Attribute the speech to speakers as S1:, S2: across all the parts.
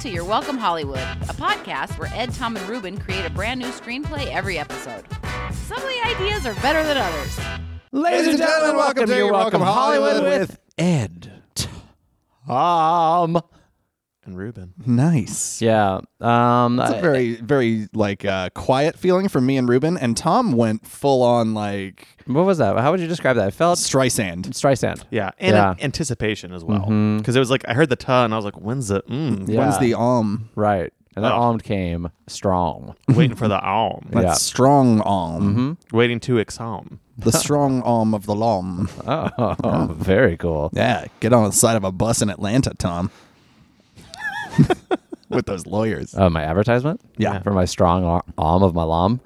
S1: to Your Welcome Hollywood, a podcast where Ed, Tom, and Ruben create a brand new screenplay every episode. Some of the ideas are better than others.
S2: Ladies and gentlemen, welcome to Your Welcome Hollywood with Ed, Tom,
S3: and Ruben.
S2: Nice.
S3: Yeah. Um,
S2: It's a very, very like uh, quiet feeling from me and Ruben. And Tom went full on like
S3: I- what was that? How would you describe that? It felt
S2: Streisand.
S3: Streisand.
S4: Yeah, and
S3: Yeah.
S4: an- anticipation as well, because it was like I heard the ta and I was like, "When's the mm?"
S3: Yeah.
S2: When's the um?
S3: Right. And that
S4: Oh.
S3: almond came strong.
S4: Waiting for the alm,
S2: That
S3: Yeah.
S2: strong arm.
S4: waiting to exam.
S2: The strong arm of the lom.
S3: Oh, very cool.
S2: Yeah, get on the side of a bus in Atlanta, Tom. with those lawyers.
S3: Oh, my advertisement?
S2: Yeah. Mm.
S3: For my strong ar- arm of my lom.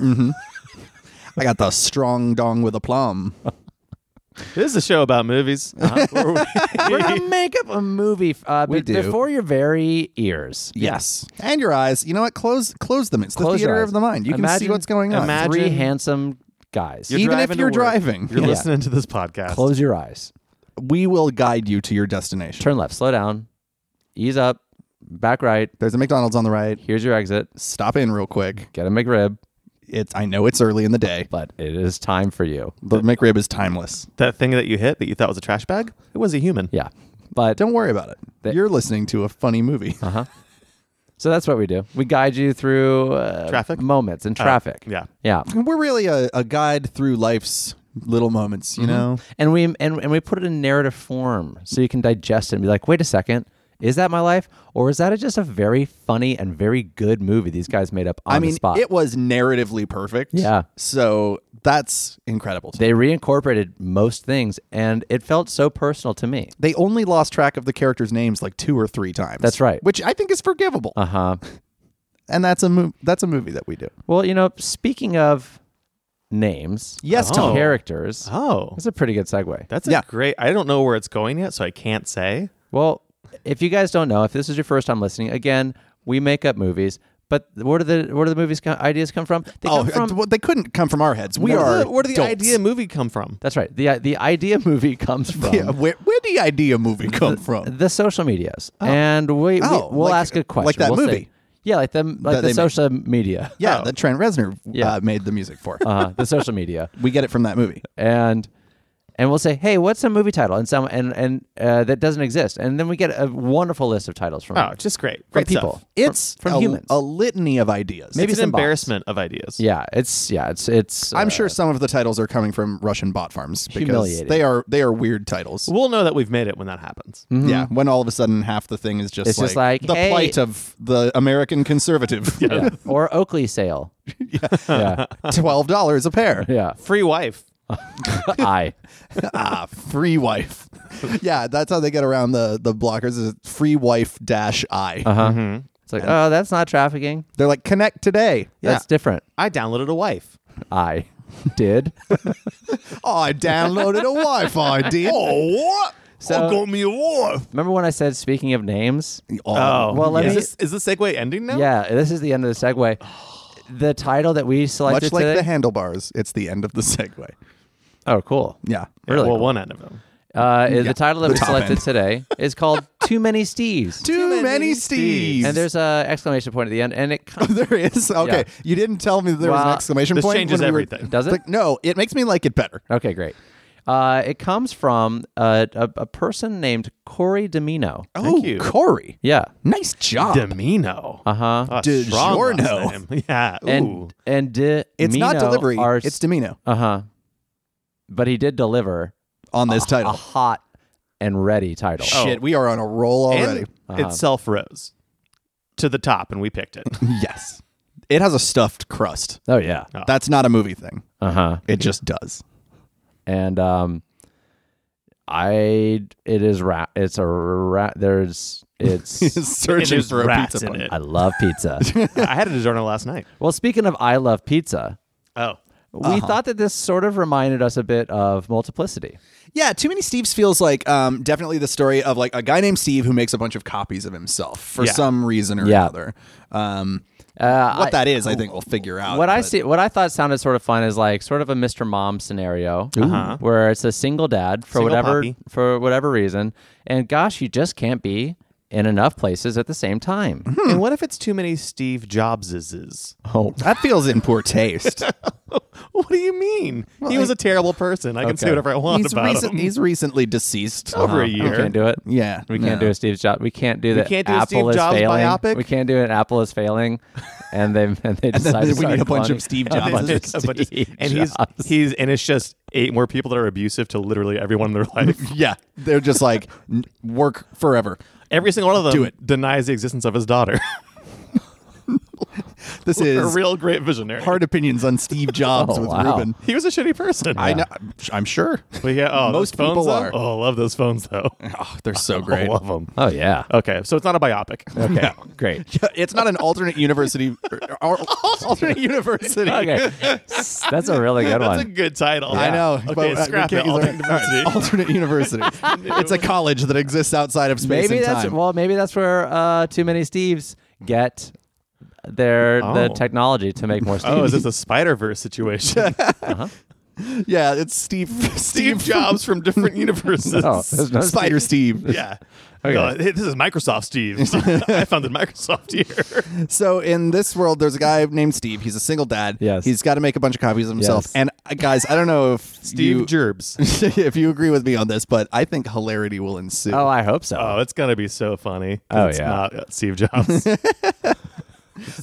S2: I got the strong dong with a plum.
S4: This is a show about movies. Uh-huh.
S3: We're going to make up a movie uh,
S2: We do.
S3: before your very ears.
S2: Yes. And your eyes. You know what? Close close them. It's the
S3: Close your
S2: theater
S3: eyes.
S2: of the mind. You can see
S3: Imagine-
S2: what's going on.
S4: imagine-
S3: Three handsome guys.
S4: You're
S2: Even if
S4: driving to
S2: you're
S4: work.
S2: driving.
S4: you're
S2: Yeah.
S4: listening to this podcast.
S3: Close your eyes.
S2: We will guide you to your destination.
S3: Turn left. Slow down. Ease up. Back right.
S2: There's a McDonald's on the right.
S3: Here's your exit.
S2: Stop in real quick.
S3: Get a McRib,
S2: It's I know it's early in the day.
S3: but it is time for you.
S2: The McRib is timeless.
S4: That thing that you hit that you thought was a trash bag, it was a human.
S3: Yeah. But
S2: Don't worry about it. You're listening to a funny movie.
S3: Uh-huh. So that's what we do. We guide you through uh,
S4: Traffic?
S3: moments
S2: Oh,
S3: and traffic.
S4: yeah.
S3: yeah,
S2: We're really a, a guide through life's little moments,
S3: Mm-hmm.
S2: you know?
S3: and we and, and we put it in narrative form so you can digest it and be like, wait a second, is that my life, or is that just a very funny and very good movie these guys made up on
S2: I mean,
S3: the spot?
S2: it was narratively perfect.
S3: Yeah.
S2: So that's incredible. They,
S3: they reincorporated most things, and it felt so personal to me.
S2: they only lost track of the characters' names like two or three times.
S3: That's right.
S2: Which I think is forgivable.
S3: Uh huh.
S2: and that's a mo- that's a movie that we do.
S3: Well, you know, speaking of names,
S2: Yes, Uh-huh.
S3: of
S2: Tom.
S3: characters.
S4: Oh,
S3: That's a pretty good segue.
S4: that's
S2: Yeah.
S4: a great. I don't know where it's going yet, so I can't say.
S3: Well, if you guys don't know, if this is your first time listening, again, we make up movies. But where do the where do the movies come, ideas come from? They
S2: Oh,
S3: come from,
S2: well, they couldn't come from our heads. We
S4: Where
S2: are
S4: did the- where did the
S2: adults.
S4: idea movie come from?
S3: that's right. the uh, The idea movie comes from
S2: Yeah, where where did the idea movie come from?
S3: Um, the social medias, and we,
S2: uh, Oh,
S3: we will
S2: like-
S3: ask a question,
S2: like that
S3: We'll say-
S2: movie.
S3: yeah, like the like
S2: they
S3: the
S2: made.
S3: social media,
S2: Yeah,
S4: Oh.
S2: that Trent Reznor
S3: Yeah.
S2: uh, made the music for.
S3: uh, the social media,
S2: we get it from that movie.
S3: and and we'll say, hey, what's a movie title? And some and and uh, that doesn't exist, and then we get a wonderful list of titles from
S4: Oh, just great.
S3: from
S4: Great
S3: people,
S4: Stuff.
S2: It's
S3: from
S2: a,
S3: humans.
S2: a litany of ideas.
S3: Maybe
S4: It's an
S3: some bots.
S4: embarrassment of ideas.
S3: yeah, it's yeah, it's it's.
S2: I'm
S3: uh,
S2: sure some of the titles are coming from Russian bot farms because
S3: Humiliating.
S2: they are they are weird titles.
S4: We'll know that we've made it when that happens.
S2: Yeah, when all of a sudden half the thing is just
S3: mm-hmm. It's
S2: like,
S3: just like,
S2: the
S3: hey-
S2: plight of the American conservative.
S3: yeah. or Oakley sale. yeah.
S2: Twelve dollars a pair.
S3: Yeah.
S4: Free wife.
S3: I.
S2: ah, free wife. yeah, that's how they get around the the blockers. Is free wife dash I.
S3: Uh-huh. It's like, oh, that's not trafficking.
S2: They're like connect today.
S3: That's different.
S4: I downloaded a wife.
S3: I did.
S2: Oh, I downloaded a Wi-Fi deal. Oh, what?
S3: So- got
S2: me a wife.
S3: Remember when I said speaking of names?
S2: Oh,
S3: Well, let
S4: is
S3: me-
S4: this, is the segue ending now?
S3: Yeah, this is the end of the segue. The title that we selected
S2: much like
S3: today.
S2: the handlebars, it's the end of the segue.
S3: oh, cool.
S2: Yeah.
S4: Yeah,
S3: Really
S4: well,
S3: cool.
S4: one end of them.
S3: Uh, is- the title that
S2: the
S3: we
S2: top
S3: selected
S2: end.
S3: today is called "Too Many Steves,"
S2: Too,
S4: many
S2: many
S4: Steves.
S2: Steves.
S3: and there's a exclamation point at the end, and it kind
S2: there is okay.
S3: Yeah.
S2: You didn't tell me that there was an
S3: Well,
S2: exclamation
S4: this
S2: point.
S4: changes
S2: when we were-
S4: everything.
S3: Does it?
S2: Like, no, it makes me like it better.
S3: okay, great. Uh, it comes from uh, a, a person named Corey Domino.
S2: oh,
S4: you.
S2: Corey,
S3: Yeah.
S2: nice
S4: Ah.
S2: job.
S4: Domino.
S3: Uh huh.
S4: A Ah, strong last
S2: DiGiorno.
S4: name. Yeah. ooh.
S3: and and di-
S2: it's not
S3: Mino
S2: delivery.
S3: Are,
S2: It's Domino
S3: uh huh. But he did deliver
S2: on this
S3: a
S2: title.
S3: hot and ready title.
S2: Shit, we are on a roll already.
S4: And it self rose to the top, and we picked it.
S2: yes, it has a stuffed crust.
S3: Oh yeah.
S2: That's not a movie thing.
S3: Uh huh.
S2: It just does.
S3: And um, I it is rat. It's a rat. There's it's.
S4: And
S2: Searching
S4: there's
S2: for a
S4: rats
S2: pizza
S4: in
S2: bun.
S4: it.
S3: I love pizza.
S4: I had a DiGiorno last night.
S3: well, speaking of I love pizza,
S4: Oh,
S3: we
S2: Uh-huh.
S3: thought that this sort of reminded us a bit of multiplicity.
S2: Yeah, Too Many Steves feels like um, definitely the story of like a guy named Steve who makes a bunch of copies of himself for
S4: Yeah.
S2: some reason or
S3: Yeah.
S2: another. Um,
S3: Uh,
S2: what
S3: I-
S2: that is, I think we'll figure out.
S3: What I
S2: Uh, but-
S3: see, what I thought sounded sort of fun is like sort of a Mr. Mom scenario, where it's a single dad for
S4: Uh-huh. Single
S3: whatever
S4: poppy.
S3: for whatever reason, and gosh, you just can't be in enough places at the same time.
S4: And what if it's too many Steve Jobs's?
S3: Oh,
S2: That feels in poor taste.
S4: What do you mean? he was a terrible person. I can say
S3: Okay.
S4: whatever I want
S2: he's,
S4: about
S2: recent,
S4: him.
S2: he's recently deceased. Uh-huh.
S4: over a
S3: we
S4: year.
S3: can't do it.
S2: Yeah,
S3: We can't
S2: no.
S3: do a Steve Jobs. We can't do that.
S4: can't do a
S3: Apple
S4: Steve
S3: is
S4: Jobs
S3: failing.
S4: biopic?
S3: We can't do an Apple is failing, and they and they
S2: then
S3: decide
S2: we
S3: to start
S2: need a bunch
S3: cloning-
S2: of Steve
S3: a bunch
S2: Jobs.
S3: of
S4: A bunch of-
S3: Steve
S4: and he's
S3: Jobs.
S4: he's and it's just eight more people that are abusive to literally everyone in their life.
S2: Yeah, they're just like "N- work forever.
S4: Every single one of them
S2: Do it.
S4: denies the existence of his daughter.
S2: This
S4: a
S2: is
S4: real great visionary.
S2: hard opinions on Steve Jobs
S3: Oh,
S2: with
S3: wow.
S2: Ruben.
S4: He was a shitty person.
S2: I know, I'm sure.
S4: But yeah, oh,
S2: Most
S4: those phones,
S2: people
S4: though?
S2: are.
S4: Oh, I love those phones though.
S2: Oh, they're so
S4: I
S2: great.
S4: love them.
S3: oh yeah.
S4: Okay, so it's not a biopic.
S3: Okay. Great.
S2: It's not an alternate university. Or, alternate university.
S3: Okay. S- That's a really good
S4: That's a
S3: one.
S4: good title.
S2: I know.
S4: Okay,
S2: uh,
S4: scrap
S2: we
S4: it.
S2: can't
S4: I'll
S2: use
S4: take
S2: our-
S4: diversity.
S2: alternate university. it's a college that exists outside of space
S3: maybe
S2: and
S3: that's
S2: time.
S3: well. Maybe that's where uh, too many Steves get their the
S4: Oh.
S3: technology to make more Steves.
S4: Oh, is this a Spider Verse situation?
S2: yeah, it's Steve. Steve.
S4: Steve Jobs from different universes.
S3: Oh, there's no
S2: Spider Steve.
S4: Yeah. No, hey, this is Microsoft Steve. I founded Microsoft here.
S2: So in this world, there's a guy named Steve. He's a single dad.
S3: Yes.
S2: He's got to make a bunch of copies of himself.
S3: Yes.
S2: And uh, guys, I don't know if you,
S4: Jerbs.
S2: if you agree with me on this, but I think hilarity will ensue.
S3: Oh, I hope so.
S4: Oh, it's gonna be so funny.
S3: Oh,
S4: it's
S3: yeah.
S4: not uh, Steve Jobs.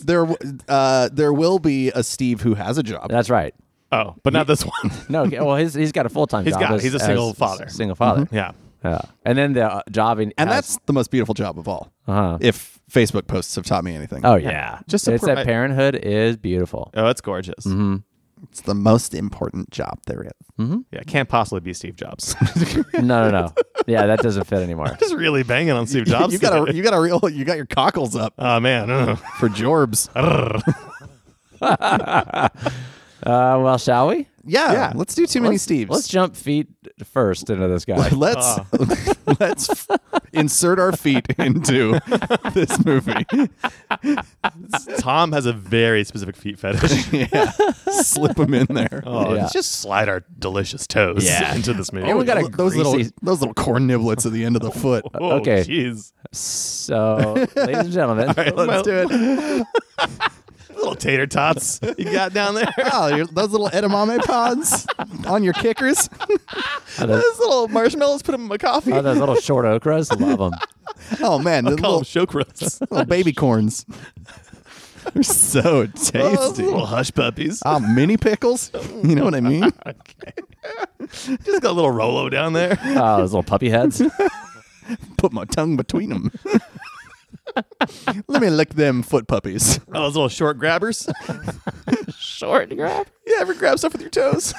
S2: There, w- uh, there will be a Steve who has a job.
S3: That's right.
S4: oh, but not this one.
S3: No, okay, well, he's, he's got a full time
S4: He's
S3: job.
S4: got-
S3: as-
S4: he's a
S3: as
S4: single father. Mm-hmm.
S3: Single father.
S4: yeah.
S3: Yeah. And then the uh, job in
S2: and
S3: has-
S2: that's the most beautiful job of all.
S3: Uh-huh.
S2: If Facebook posts have taught me anything,
S3: oh yeah,
S4: Just
S3: it's
S4: support
S3: that
S4: my-
S3: parenthood is beautiful.
S4: Oh, it's gorgeous.
S2: it's the most important job there
S3: Hmm.
S2: is.
S4: Yeah, can't possibly be Steve Jobs.
S3: No, no, no. yeah, that doesn't fit anymore.
S4: Just really banging on Steve Jobs.
S2: you got a,
S4: today.
S2: you got a real, you got your cockles up
S4: Oh man. Ugh.
S2: for Jorbs.
S3: Uh, well, shall we?
S2: yeah, let's do too many Steves.
S3: Let's jump feet first into this guy.
S2: let's
S3: uh.
S2: let's f- insert our feet into this movie.
S4: Tom has a very specific feet fetish.
S2: yeah, slip them in there.
S4: Oh,
S3: Yeah.
S4: let's just slide our delicious toes
S3: Yeah.
S4: into this movie.
S3: And we got a
S2: those little
S3: greasy-
S2: those little corn niblets at the end of the foot.
S4: Whoa,
S3: Okay.
S4: Jeez.
S3: So, ladies and gentlemen,
S2: Let's do it.
S4: Little tater tots you got down there.
S2: Oh, your, those little edamame pods on your kickers.
S4: Those little marshmallows, put them in my coffee.
S3: oh, those little short okras, love them.
S2: Oh man, the little,
S4: Call them chokras.
S2: little baby corns. They're so
S4: Oh, Those
S2: tasty.
S4: little hush puppies.
S2: Ah, mini pickles. You know what I mean?
S4: Okay. Just got a little Rolo down there.
S3: Oh, those little puppy heads.
S2: Put my tongue between them. Let me lick them foot puppies.
S4: Oh, those little short grabbers.
S3: Short grab,
S2: You ever grab stuff with your toes?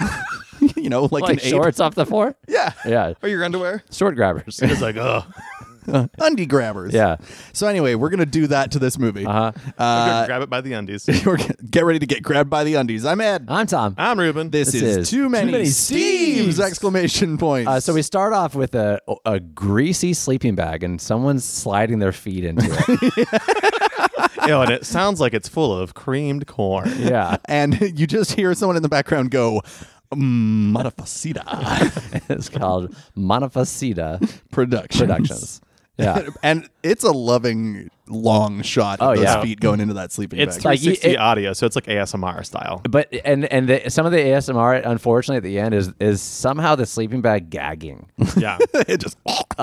S2: you know, like,
S3: like
S2: an ape.
S3: shorts off the floor.
S2: Yeah.
S3: Yeah,
S4: Or your underwear.
S3: short grabbers.
S4: It's like, oh,
S2: Undie grabbers.
S3: Yeah.
S2: So anyway, we're gonna do that to this movie. Uh-huh.
S4: grab it by the undies.
S2: We're gonna get ready to get grabbed by the undies. I'm Ed.
S3: I'm Tom.
S4: I'm Ruben.
S2: This,
S3: this
S2: is,
S3: is
S2: too many,
S3: Too Many
S2: Steves!
S3: Steves!
S2: Exclamation point.
S3: Uh, so we start off with a a greasy sleeping bag, and someone's sliding their feet into it.
S4: Yo, Oh, and it sounds like it's full of creamed corn.
S3: yeah,
S2: and you just hear someone in the background go, "Mm, "Matafasida
S3: it's called Monofacida
S2: Productions."
S3: Productions. Yeah,
S2: and it's a loving long shot of
S3: Oh,
S2: those
S3: yeah.
S2: feet going into that sleeping
S4: It's
S2: bag.
S3: like you-
S4: 360
S3: it-
S4: audio, so it's like ASMR style.
S3: but and and the, some of the ASMR, unfortunately, at the end is is somehow the sleeping bag gagging.
S4: Yeah,
S2: it just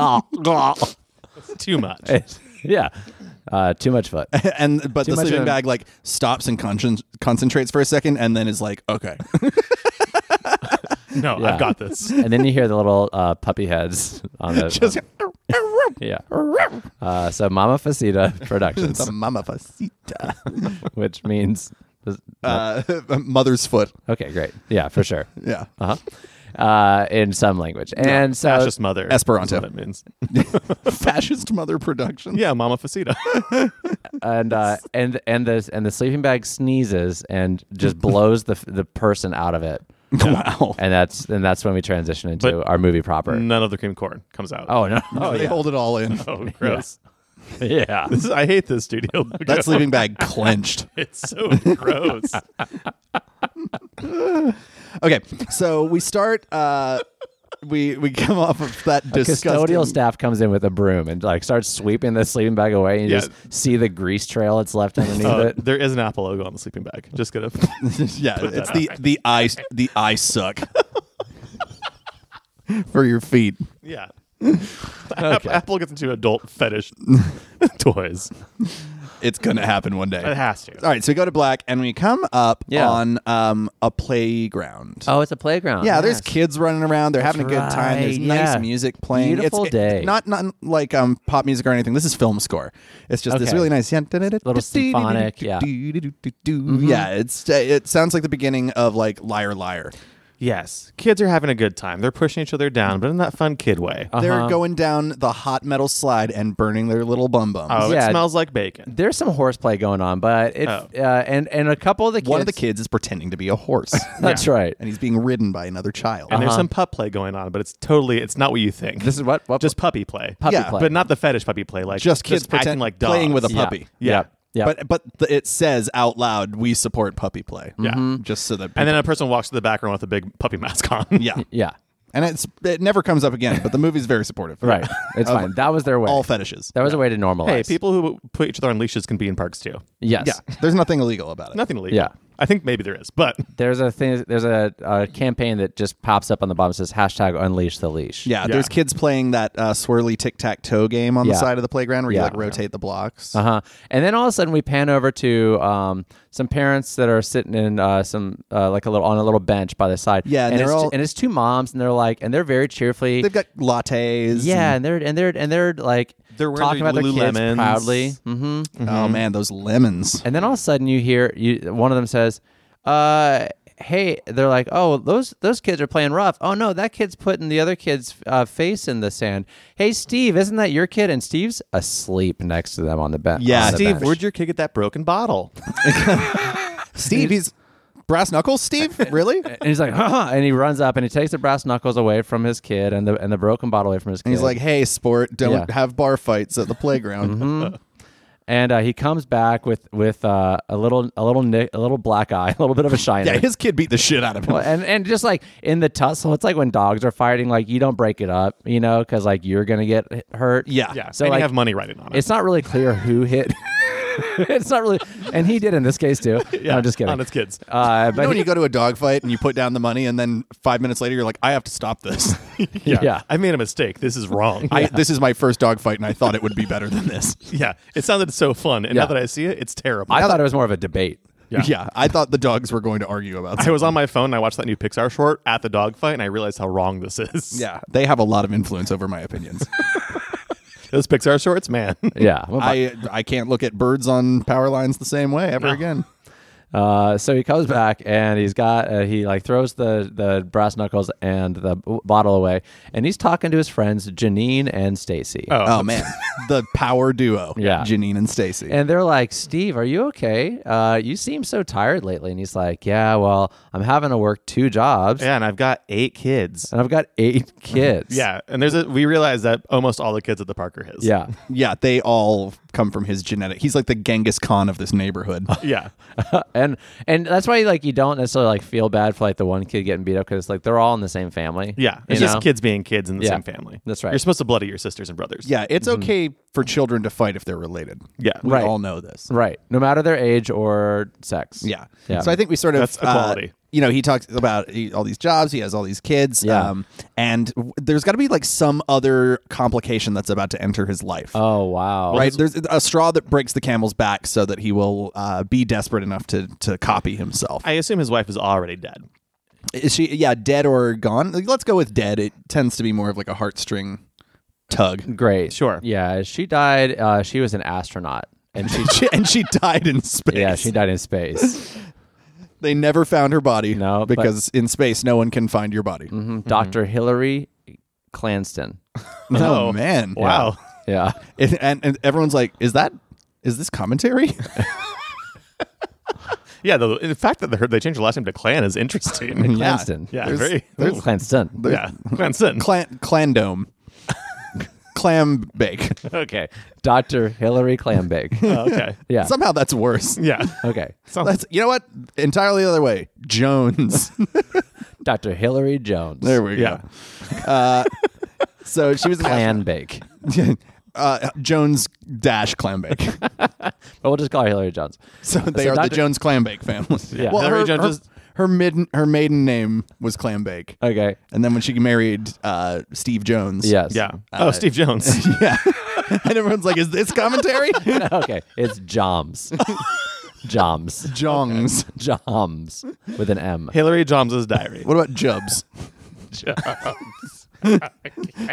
S4: too much.
S3: It's- yeah, uh, too much foot.
S2: and but the
S3: much
S2: sleeping
S3: of-
S2: bag like stops and concent- concentrates for a second and then is like, "Okay,
S4: No,
S3: Yeah.
S4: I've got this.
S3: And then you hear the little uh, puppy heads on the
S2: just
S3: yeah. Uh, so Mama Facita Productions,
S2: the mama facita.
S3: which means
S2: Uh, mother's foot.
S3: okay, great, yeah, for sure.
S2: Yeah.
S3: Uh-huh. Uh, in some language, and so
S4: Fascist mother.
S2: Esperanto.
S4: That's what it means.
S2: Fascist mother production.
S4: Yeah, Mama Facita.
S3: and uh, and and the and the sleeping bag sneezes and just blows the the person out of it,
S2: Wow.
S3: and that's and that's when we transition into
S4: But-
S3: our movie proper.
S4: None of the creamed corn comes out.
S3: Oh no!
S2: they hold it all in.
S4: Oh, gross.
S3: yeah.
S4: This is- I hate this studio. logo.
S2: That sleeping bag clenched.
S4: It's so gross.
S2: Okay, so we start. Uh, we we come off of that disgusting
S3: Custodial staff comes in with a broom and like starts sweeping the sleeping bag away, and you
S4: Yeah.
S3: just see the grease trail that's left underneath
S2: Oh.
S4: Uh,
S3: it.
S4: there is an Apple logo on the sleeping bag. Just gonna.
S2: yeah, it's the the eye the eye suck for your feet.
S4: yeah. App- Apple gets into adult fetish toys.
S2: It's gonna happen one day.
S4: It has to.
S2: All right, so we go to black and we come up
S3: Yeah.
S2: on um, a playground.
S3: Oh, it's a playground.
S2: Yeah, there's
S3: Yes.
S2: kids running around. They're having a good time. There's
S3: right, yeah.
S2: nice music playing. It's-
S3: Beautiful
S2: it-
S3: day.
S2: not not like um, pop music or anything. This is film score. It's just this
S3: Okay.
S2: really nice little
S3: symphonic, yeah.
S2: Yeah, it's uh, it sounds like the beginning of like Liar Liar.
S4: Yes, kids are having a good time. They're pushing each other down, but in that fun kid way.
S3: Uh,
S2: They're going down the hot metal slide and burning their little bum bums.
S4: oh,
S3: yeah.
S4: it smells like bacon.
S3: There's some horseplay going on, but it
S4: Oh.
S3: uh, and and a couple of the kids,
S2: One of the kids is pretending to be a horse.
S3: That's right.
S2: And he's being ridden by another child.
S3: Uh-huh.
S4: And there's some pup play going on, but it's totally it's not what you think.
S3: This is what, what
S4: just puppy play.
S3: puppy
S2: yeah,
S3: play.
S4: But not the fetish puppy play. Like
S2: just kids pretend,
S4: acting like dogs.
S2: playing with a
S3: Yeah.
S2: puppy.
S3: Yeah. Yeah.
S2: But but th- it says out loud, we support puppy play. Mm-hmm.
S4: Yeah. Mhm.
S2: Just so that
S4: And then a person walks to the background with a big puppy mask on.
S2: yeah.
S3: yeah.
S2: And it's it never comes up again, but the movie's very supportive.
S3: Right. It's
S2: Of
S3: fine. That was their way.
S2: All fetishes.
S3: that was a way to normalize.
S4: Hey, people who put each other on leashes can be in parks too.
S3: Yes.
S2: Yeah. There's nothing illegal about it.
S4: Nothing illegal.
S3: Yeah.
S4: I think maybe there is, but
S3: There's a thing. There's a, a campaign that just pops up on the bottom. It says hashtag Unleash the Leash.
S2: Yeah, there's kids playing that uh, swirly tic tac toe game on the
S3: Yeah.
S2: side of the playground where you
S3: Yeah.
S2: like rotate the blocks.
S3: Uh huh. And then all of a sudden we pan over to um, some parents that are sitting in uh, some uh, like a little on a little bench by the side.
S2: Yeah, and
S3: and,
S2: they're
S3: it's,
S2: all-
S3: and it's two moms, and they're like, and they're very cheerfully.
S2: They've got lattes.
S3: yeah, and they're and they're and they're like
S4: They're wearing
S3: talking
S4: their
S3: about their kids
S4: Lululemons.
S3: proudly. hmm
S2: and- oh man, those lemons.
S3: And then all of a sudden you hear you one of them says, uh, "Hey," they're like, "Oh, those those kids are playing rough. Oh no, that kid's putting the other kid's uh, face in the sand. Hey, Steve, isn't that your kid?" And Steve's asleep next to them on the bench.
S2: Yeah,
S3: on the
S2: Steve,
S3: bench.
S4: where'd your kid get that broken bottle?
S2: Steve, he's brass knuckles. Steve, really? and
S3: and he's like, huh, and he runs up and he takes the brass knuckles away from his kid and the and the broken bottle away from his kid.
S2: he's like, "Hey, sport, don't
S3: Yeah. Mm-hmm.
S2: have bar fights at the playground."
S3: and uh, he comes back with with uh, a little a little ni- a little black eye, a little bit of a shine.
S2: Yeah, his kid beat the shit out of him.
S3: Well, and and just like in the tussle, it's like when dogs are fighting, like you don't break it up, you know, because like you're gonna get h- hurt.
S2: Yeah.
S4: Yeah.
S3: So,
S4: and
S3: like,
S4: you have money writing on it.
S3: it's not really clear who hit. it's not really, and he did in this case too. No,
S4: yeah,
S3: I'm just kidding.
S4: On its kids.
S3: uh,
S2: You know
S3: but
S2: when
S3: he-
S2: you go to a dog fight and you put down the money, and then five minutes later you're like, "I have to stop this.
S3: yeah.
S4: I made a mistake. This is wrong.
S2: I, this is my first dog fight, and I thought it would be better than this."
S4: yeah. It sounded so fun. And
S3: Yeah.
S4: now that I see it, it's terrible.
S3: I thought it was more of a debate.
S4: Yeah.
S2: I thought the dogs were going to argue about.
S4: I
S2: Something.
S4: was on my phone and I watched that new Pixar short at the dog fight and I realized how wrong this is.
S2: Yeah, they have a lot of influence over my opinions.
S4: Those Pixar shorts, man.
S3: Yeah. What about-
S2: I I can't look at birds on power lines the same way ever again.
S3: Uh, so he comes back and he's got uh, he like throws the the brass knuckles and the b- bottle away, and he's talking to his friends Janine and Stacy.
S2: Oh man, the power duo,
S3: Yeah.
S2: Janine and Stacy.
S3: And they're like, Steve, are you okay? Uh, you seem so tired lately. And he's like, Yeah, well, I'm having to work two jobs,
S4: Yeah, and I've got eight kids.
S3: and I've got eight kids.
S4: Yeah, and there's a we realized that almost all the kids at the park are his.
S3: yeah.
S2: yeah, they all come from his genetic. He's like the Genghis Khan of this neighborhood.
S4: yeah.
S3: and and that's why like you don't necessarily like feel bad for like the one kid getting beat up because like they're all in the same family.
S4: Yeah,
S3: you
S4: it's just
S3: know?
S4: kids being kids in the
S3: Yeah,
S4: same family.
S3: that's right.
S4: You're supposed to bloody your sisters and brothers.
S2: yeah, it's okay for children to fight if they're related.
S4: Mm-hmm. yeah.
S2: we
S3: Right.
S2: all know this.
S3: Right. No matter their age or sex.
S2: Yeah.
S3: Yeah.
S2: So I think we sort of
S4: That's equality.
S2: uh, you know, he talks about he, all these jobs. He has all these kids. um,
S3: Yeah.
S2: and w- there's got to be like some other complication that's about to enter his life.
S3: Oh wow.
S2: right. There's a straw that breaks the camel's back so that he will uh, be desperate enough to to copy himself.
S4: I assume his wife is already dead.
S2: Is she yeah dead or gone? Like, let's go with dead. It tends to be more of like a heartstring tug.
S3: Great.
S4: Sure.
S3: Yeah. She died. Uh, she was an astronaut, and she.
S2: She- and she died in space.
S3: yeah, she died in space.
S2: They never found her body.
S3: No, but- Mm-hmm.
S2: because in space, no one can find your body.
S3: Doctor Hillary Clanston.
S2: Oh, man!
S4: Wow.
S3: Yeah.
S2: It, and, and everyone's like, "Is that? Is this commentary?"
S4: Yeah, the, the fact that they, they changed the last name to Clan is interesting. yeah,
S3: Clanston.
S4: yeah, very.
S3: Clanston.
S4: Yeah, Clanson.
S2: Clan Clandome, clam bake.
S4: okay.
S3: Doctor Hillary Clambake.
S4: Oh, okay.
S3: Yeah.
S2: Somehow that's worse.
S4: Yeah.
S3: okay.
S4: Sounds-
S2: That's you know what? Entirely the other way. Jones.
S3: Dr. Hillary Jones.
S2: There we go.
S4: Yeah.
S2: So she was an
S3: Clan bake.
S2: astronaut. uh, Jones dash Clambake.
S3: But we'll just call her Hillary Jones.
S2: So they
S3: So
S2: are
S3: Dr.
S2: the Jones Clambake family.
S3: Yeah.
S2: Well,
S4: Hillary
S2: her,
S4: Jones
S2: her,
S4: is-
S2: her maiden her maiden name was Clambake,
S3: Okay.
S2: and then when she married uh, Steve Jones,
S3: Yes.
S4: Yeah. oh, Steve Jones.
S2: yeah, and everyone's like, "Is this commentary?"
S3: okay. It's Joms. Joms.
S2: Jongs.
S3: Joms with an M.
S4: Hillary Jones's diary.
S2: What about Jubs?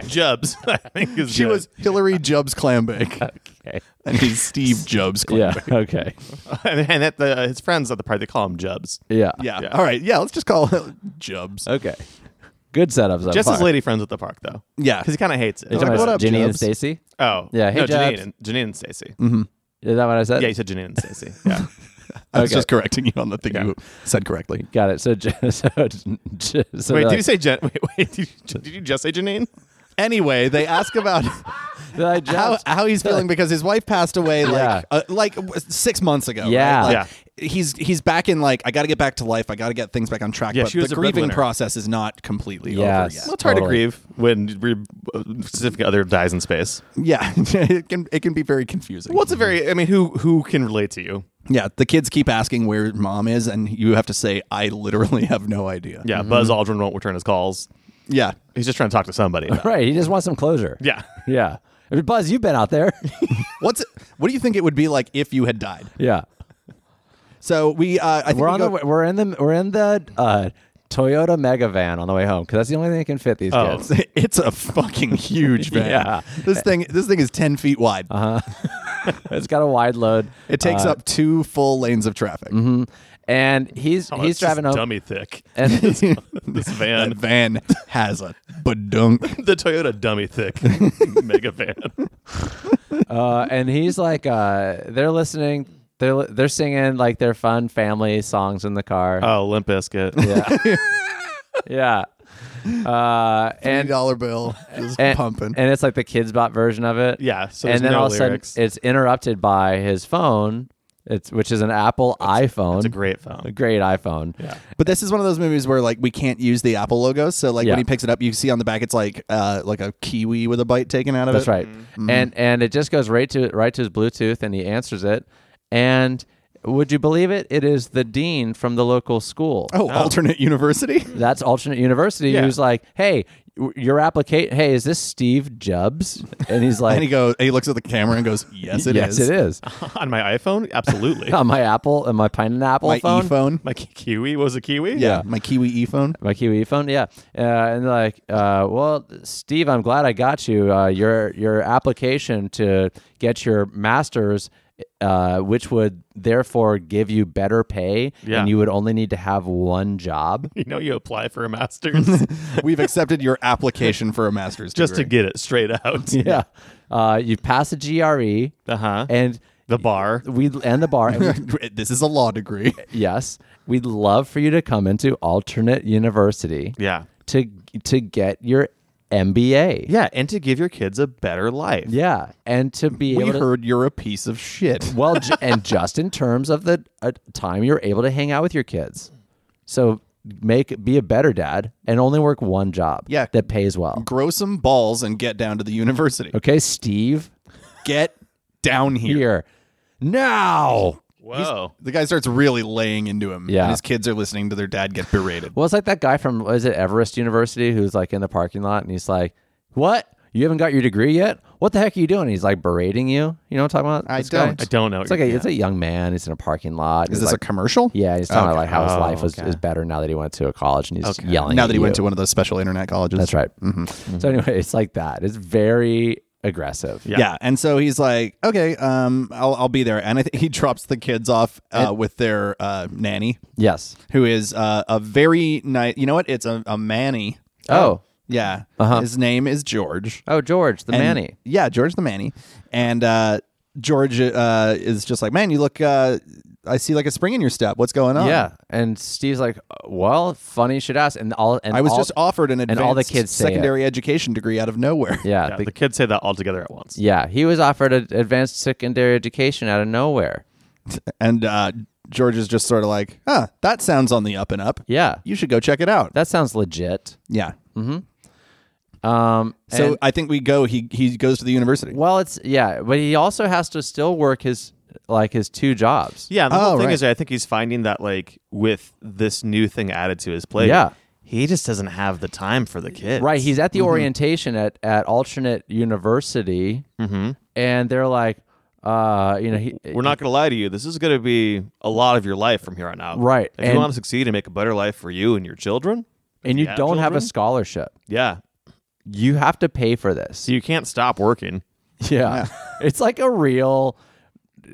S4: Jubs. I think is
S2: She
S4: good.
S2: was Hillary Jubs Clambake,
S3: Okay.
S2: and he's Steve Jubs
S3: Yeah.
S2: Clambake.
S3: Okay.
S4: and at the, his friends at the party they call him Jubs.
S3: Yeah.
S2: Yeah.
S4: Yeah.
S2: All right. Yeah. Let's just call it Jubs.
S3: Okay. Good setups. so
S4: Just
S3: far.
S4: his lady friends at the park though.
S2: Yeah.
S4: because he kind of hates it.
S3: You're talking
S2: Like,
S3: about
S2: what up,
S3: Ginny and
S2: Jubs?
S3: Stacy?
S4: oh,
S3: Yeah, hey,
S4: no,
S3: Jubs.
S4: Janine and Janine and Stacy.
S3: Is that what I said?
S4: Yeah, you said Janine and Stacy. Yeah,
S2: I was
S3: Okay.
S2: just correcting you on the thing
S4: Yeah.
S2: you said correctly.
S3: Got it. So, j- so, j- so
S4: wait,
S3: they're
S4: did
S3: like,
S4: you say Jan? Wait, wait, did you, did you just say Janine?
S2: Anyway, they ask about
S3: they're like,
S2: how,
S3: Jobs.
S2: how he's feeling because his wife passed away like
S3: Yeah.
S2: uh, like w- six months ago. right?
S3: Yeah.
S2: Like, He's he's back in like I got to get back to life. I got to get things back on track.
S4: Yeah,
S2: but
S4: she was
S2: the
S4: a
S2: grieving
S4: breadwinner.
S2: process is not completely
S3: Yes.
S2: over
S4: Well,
S2: yet.
S4: it's hard
S3: Totally.
S4: to grieve when your uh, significant other dies in space.
S2: Yeah, it can it can be very confusing.
S4: Well, it's a very. I mean, who who can relate to you?
S2: yeah, the kids keep asking where mom is, and you have to say I literally have no idea.
S4: Yeah, Buzz Aldrin won't return his calls.
S2: yeah.
S4: He's just trying to talk to somebody. about it.
S3: Right. He just wants some closure.
S4: Yeah.
S3: Yeah. I mean, Buzz, you've been out there.
S2: What's what do you think it would be like if you had died?
S3: yeah.
S2: So we uh, I think
S3: We're
S2: we
S3: on
S2: go-
S3: the we're in the we're in the uh, Toyota Mega Van on the way home because that's the only thing that can fit these
S4: Oh.
S3: kids.
S2: it's a fucking huge van.
S3: Yeah. Uh-huh.
S2: This thing this thing is 10 feet wide.
S3: It's got a wide load.
S2: It takes
S3: Uh,
S2: up two full lanes of traffic.
S3: Mm-hmm. and he's
S4: Oh,
S3: he's
S4: it's just
S3: driving home.
S4: Dummy thick.
S3: And
S4: This
S2: That
S4: van,
S2: van has a badunk.
S4: the Toyota dummy thick mega van.
S3: uh, and he's like, uh, they're listening. They're li- they're singing like their fun family songs in the car.
S4: Oh, Limp Bizkit.
S3: Yeah. yeah. Uh, and
S2: dollar bill just
S3: and,
S2: pumping.
S3: and it's like the kids bot version of it.
S4: Yeah, so there's
S3: and then
S4: no
S3: all of a sudden,
S4: lyrics.
S3: it's interrupted by his phone. It's which is an Apple iPhone.
S4: It's a great
S3: a
S4: phone.
S3: great iPhone. Yeah.
S2: but this is one of those movies where like we can't use the Apple logo. So like
S3: Yeah.
S2: when he picks it up, you see on the back it's like uh like a kiwi with a bite taken out of
S3: That's
S2: it.
S3: right. And and it just goes right to right to his Bluetooth, and he answers it. And would you believe it? It is the dean from the local school.
S2: Oh, alternate university.
S3: That's alternate university.
S4: Yeah.
S3: Who's like, hey, w- your application. Hey, is this Steve Jobs? And he's like,
S2: And he goes. He looks at the camera and goes, "Yes, it is.
S3: yes, it is.
S4: On my iPhone, absolutely.
S3: on my Apple and my pineapple
S2: My
S3: phone.
S2: e phone.
S4: my ki- Kiwi was a Kiwi.
S2: Yeah,
S3: Yeah.
S2: my kiwi e phone.
S3: My Kiwi phone, yeah, uh, and they're like, uh, well, Steve, I'm glad I got you. Uh, your your application to get your master's, uh, which would therefore give you better pay,
S4: Yeah.
S3: and you would only need to have one job.
S4: You know, you apply for a master's
S2: We've accepted your application for a master's
S4: just to
S2: degree.
S4: get it straight out.
S3: Yeah, uh, you pass a GRE,
S4: Uh huh.
S3: E and
S4: The bar.
S3: we and the bar. And we,
S2: this is a law degree.
S3: yes, we'd love for you to come into alternate university
S4: Yeah.
S3: to to get your MBA.
S4: Yeah, and to give your kids a better life.
S3: Yeah, and to be
S2: We
S3: able to,
S2: heard you're a piece of shit.
S3: well, ju- and just in terms of the uh, time you're able to hang out with your kids, so make be a better dad and only work one job.
S2: Yeah.
S3: that pays well.
S2: Grow some balls and get down to the university.
S3: Okay, Steve,
S2: Get down here.
S3: here now.
S4: Whoa.
S2: The guy starts really laying into him.
S3: Yeah.
S2: And his kids are listening to their dad get berated.
S3: Well, it's like that guy from is it Everest University who's like in the parking lot and he's like, "What? You haven't got your degree yet? What the heck are you doing?" He's like berating you. You know what I'm talking about?
S2: I
S3: This guy?
S2: don't.
S4: I don't know.
S3: It's like a, it's a young man. He's in a parking lot.
S2: is
S3: He's
S2: this
S3: like,
S2: a commercial?
S3: Yeah, he's talking about
S2: Okay.
S3: like how his
S4: Oh,
S3: life was
S4: okay.
S3: is better now that he went to a college, and he's yelling.
S2: Now
S3: at
S2: that he
S3: you.
S2: went to one of those special internet colleges.
S3: That's right. So anyway, it's like that. It's very aggressive.
S2: Yeah. And so he's like, okay, um, I'll, I'll be there. And I think he drops the kids off uh, with their uh, nanny,
S3: Yes.
S2: who is uh, a very nice, you know what? It's a, a Manny.
S3: Oh.
S2: Yeah.
S3: Uh-huh.
S2: His name is George.
S3: Oh, George, the
S2: And-
S3: Manny.
S2: Yeah, George the Manny. And uh, George uh, is just like, man, you look. Uh, I see like a spring in your step. What's going on?
S3: Yeah. And Steve's like, well, funny you should ask. And all and
S2: I was
S3: all-
S2: just offered an advanced
S3: and all the kids say it.
S2: secondary education degree out of nowhere.
S3: yeah.
S4: Yeah,
S3: the-
S4: the kids say that all together at once.
S3: yeah. He was offered an advanced secondary education out of nowhere.
S2: And uh, George is just sort of like, huh, that sounds on the up and up.
S3: Yeah.
S2: You should go check it out.
S3: That sounds legit.
S2: yeah.
S3: Um,
S2: So
S3: and-
S2: I think we go. He he goes to the university.
S3: well, it's yeah, but he also has to still work his like his two jobs.
S4: Yeah, and the
S2: Oh,
S4: whole thing
S2: right.
S4: is, I think he's finding that like with this new thing added to his plate,
S3: Yeah.
S4: he just doesn't have the time for the kids.
S3: Right. He's
S2: Mm-hmm.
S3: at the orientation at, at alternate university,
S2: Mm-hmm.
S3: and they're like, uh, you know, he,
S4: We're not going to lie to you. This is going to be a lot of your life from here on out.
S3: Right,
S4: If you
S3: and-
S4: want to succeed and make a better life for you and your children,
S3: and you
S4: Yeah,
S3: don't have a
S4: children.
S3: scholarship.
S4: yeah,
S3: You have to pay for this.
S4: so you can't stop working.
S3: yeah. it's like a real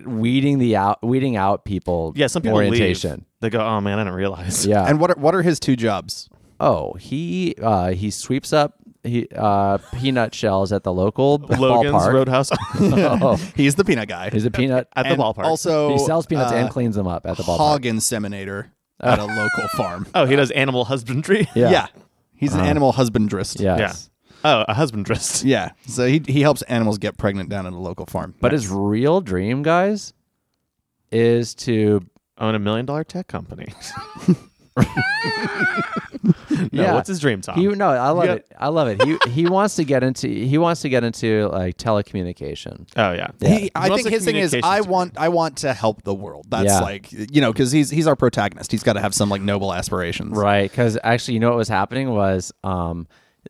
S3: weeding the out weeding out people.
S4: Yeah, some people
S3: orientation.
S4: leave. They go, "Oh man, I didn't realize."
S3: Yeah.
S2: And what are, what are his two jobs?
S3: oh, he uh, he sweeps up he uh, peanut shells at the local
S4: Logan's
S3: ballpark.
S4: Roadhouse at
S3: oh,
S2: He's the peanut guy.
S3: he's a peanut.
S4: the
S2: And
S4: ballpark.
S2: Also,
S3: he sells peanuts
S2: uh,
S3: and cleans them up at the ballpark.
S2: hog inseminator at a local farm.
S4: oh, he does animal husbandry.
S3: Yeah. Uh-huh.
S2: He's an animal husbandrist.
S3: Yes.
S4: Oh, a husbandrist.
S2: Yeah. So he he helps animals get pregnant down at a local farm.
S3: But his real dream, guys, is to
S4: Own a million dollar tech company. no,
S3: yeah.
S4: what's his dream, Tom?
S3: He no, I love
S4: Yeah.
S3: it. I love it. He he wants to get into he wants to get into like telecommunication.
S4: oh yeah.
S2: He, I
S4: wants
S2: think
S4: a
S2: his thing is
S4: communications
S2: I
S4: degree.
S2: want I want to help the world. That's
S3: Yeah.
S2: like you know because he's he's our protagonist. He's got to have some like noble aspirations.
S3: Right, because actually, you know what was happening was um,